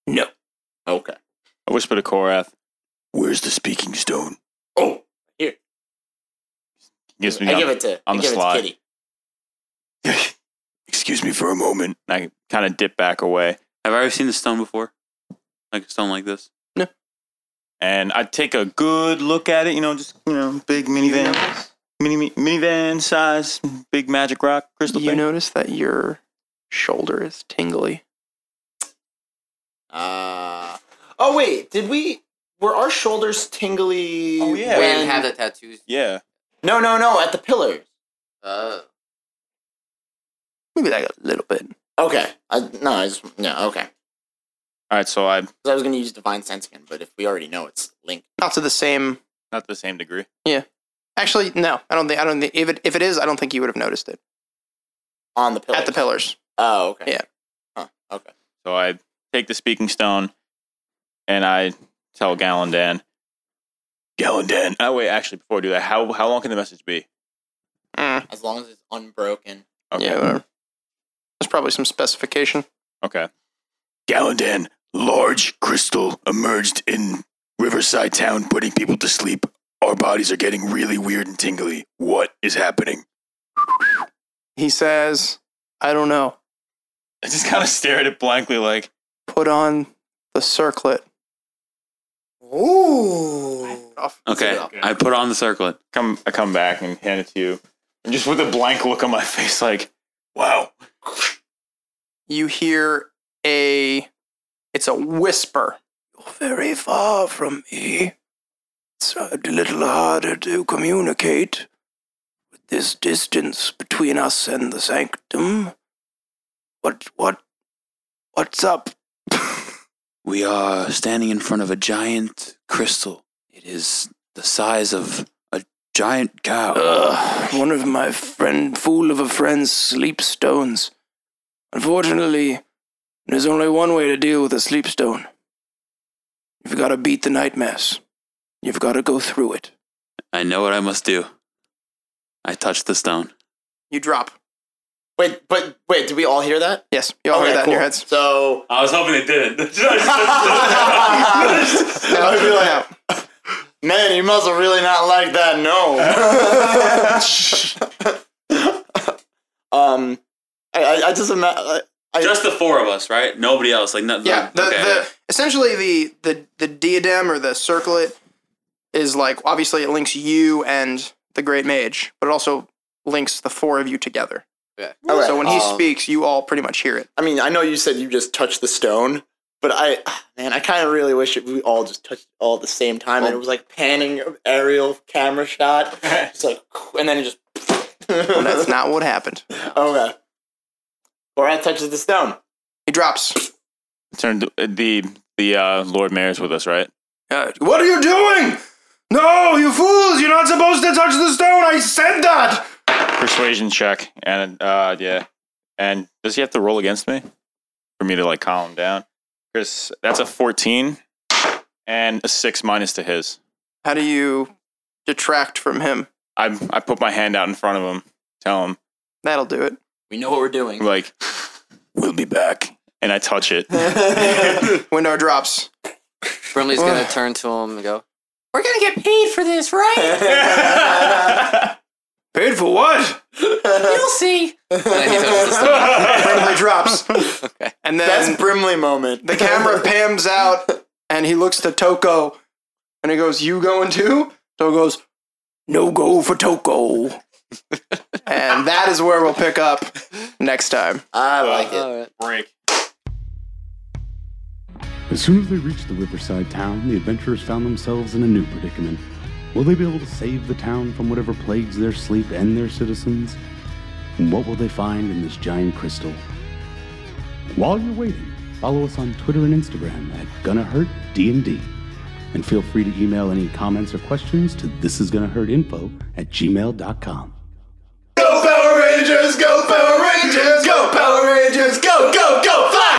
[SPEAKER 8] Okay.
[SPEAKER 7] I whisper to Korath.
[SPEAKER 12] Where's the speaking stone?
[SPEAKER 8] Oh,
[SPEAKER 7] Gives me
[SPEAKER 8] I
[SPEAKER 7] the-
[SPEAKER 8] give it to. I
[SPEAKER 7] on the
[SPEAKER 8] give
[SPEAKER 7] slide.
[SPEAKER 8] it to Kitty.
[SPEAKER 12] Excuse me for a moment.
[SPEAKER 7] I kind of dip back away,
[SPEAKER 4] Have I ever seen the stone before? Like a stone like this?
[SPEAKER 7] and I take a good look at it. You know, just you know, big minivan, mini mi- minivan size, big magic rock crystal
[SPEAKER 5] You
[SPEAKER 7] thing.
[SPEAKER 5] notice that your shoulder is tingly.
[SPEAKER 6] Uh,
[SPEAKER 8] Oh wait, did we? Were our shoulders tingly?
[SPEAKER 7] Oh, yeah.
[SPEAKER 6] we
[SPEAKER 8] when-
[SPEAKER 6] didn't have the tattoos.
[SPEAKER 7] yeah,
[SPEAKER 8] No, no, no. At the pillars.
[SPEAKER 6] Uh,
[SPEAKER 5] Maybe like a little bit.
[SPEAKER 8] Okay. I, no, I just, yeah. Okay.
[SPEAKER 7] All right, so I'm
[SPEAKER 8] 'Cause I was gonna use divine sense again, but if we already know it's linked,
[SPEAKER 5] Not to the same.
[SPEAKER 7] not to the same degree.
[SPEAKER 5] Actually, no. I don't think. I don't think. If it, if it is, I don't think you would have noticed it
[SPEAKER 8] on the pillars.
[SPEAKER 5] at the pillars.
[SPEAKER 8] Oh, okay.
[SPEAKER 5] Yeah.
[SPEAKER 8] Huh. Okay.
[SPEAKER 7] So I take the speaking stone, and I tell Gallandan.
[SPEAKER 12] Galandan,
[SPEAKER 7] Oh wait, actually, before I do that, how how long can the message be?
[SPEAKER 8] as long as it's unbroken.
[SPEAKER 7] Okay.
[SPEAKER 5] Mm, Yeah, whatever. There's probably some specification.
[SPEAKER 7] Okay.
[SPEAKER 12] Galandan, large crystal emerged in Riverside Town, putting people to sleep. Our bodies are getting really weird and tingly. What is happening?
[SPEAKER 5] He says, I don't know.
[SPEAKER 7] I just kind of stared at it blankly, like,
[SPEAKER 5] Put on the circlet. Mm.
[SPEAKER 11] Ooh.
[SPEAKER 4] Okay, I put on the circlet.
[SPEAKER 7] come, I come back and hand it to you. And just with a blank look on my face, like, wow.
[SPEAKER 5] You hear a. It's a whisper. Very far from me. It's a little harder to communicate with this distance between us and the sanctum. What, what, what's up?
[SPEAKER 4] We are standing in front of a giant crystal. It is the size of a giant cow.
[SPEAKER 5] Ugh, one of my friend, fool of a friend's sleep stones. Unfortunately, there's only one way to deal with a sleep stone. You've got to beat the night mass. You've got to go through it.
[SPEAKER 4] I know what I must do. I touch the stone.
[SPEAKER 5] You drop.
[SPEAKER 8] Wait, but wait, did we all hear that?
[SPEAKER 5] Yes, you all
[SPEAKER 8] Okay,
[SPEAKER 5] heard that in your
[SPEAKER 8] cool.
[SPEAKER 5] heads.
[SPEAKER 8] So
[SPEAKER 4] I was hoping it didn't.
[SPEAKER 8] I'd be like, man, you must have really not liked that. No. um, I, I, I just imagine.
[SPEAKER 4] Just the four of us, right? Nobody else. Like nothing.
[SPEAKER 5] Yeah, the,
[SPEAKER 4] okay.
[SPEAKER 5] the essentially the, the the diadem or the circlet is like obviously it links you and the great mage, but it also links the four of you together.
[SPEAKER 6] Yeah.
[SPEAKER 8] Okay.
[SPEAKER 5] So when he
[SPEAKER 6] Um,
[SPEAKER 5] speaks, you all pretty much hear it.
[SPEAKER 8] I mean, I know you said you just touched the stone, but I, man, I kind of really wish it, we all just touched it all at the same time, and it was like panning aerial camera shot. It's like, and then it just. Oh,
[SPEAKER 5] Well, that's not what happened.
[SPEAKER 8] okay. Borat touches the stone.
[SPEAKER 5] He drops.
[SPEAKER 7] Turn the the uh, Lord Mayor's with us, right?
[SPEAKER 5] Uh, what are you doing? No, you fools! You're not supposed to touch the stone. I said that.
[SPEAKER 7] Persuasion check, and uh, yeah, and does he have to roll against me for me to like calm him down? Chris, that's a fourteen, and a six minus to his.
[SPEAKER 5] How do you detract from him?
[SPEAKER 7] I I put my hand out in front of him, tell him
[SPEAKER 5] That'll do it.
[SPEAKER 8] We know what we're doing.
[SPEAKER 7] like,
[SPEAKER 12] We'll be back.
[SPEAKER 7] and I touch it.
[SPEAKER 5] Windar drops.
[SPEAKER 6] Brimley's gonna turn to him and go,
[SPEAKER 10] We're gonna get paid for this, right?
[SPEAKER 5] Paid for what?
[SPEAKER 10] You'll see.
[SPEAKER 6] and then he touches the stone.
[SPEAKER 5] Brimley drops.
[SPEAKER 6] Okay.
[SPEAKER 5] And then
[SPEAKER 8] That's Brimley moment.
[SPEAKER 5] the camera pans out, and he looks to Toko, and he goes, "You going too?" Toko goes, "No go for Toko." and that is where we'll pick up next time.
[SPEAKER 8] I like it.
[SPEAKER 6] All right.
[SPEAKER 7] Break.
[SPEAKER 1] As soon as they reached the riverside town, the adventurers found themselves in a new predicament. Will they be able to save the town from whatever plagues their sleep and their citizens? And what will they find in this giant crystal? While you're waiting, follow us on Twitter and Instagram at Gonna Hurt D&D. And feel free to email any comments or questions to thisisgonnahurtinfo at gmail.com.
[SPEAKER 2] Go Power Rangers! Go Power Rangers! Go Power Rangers! Go go go! Fly!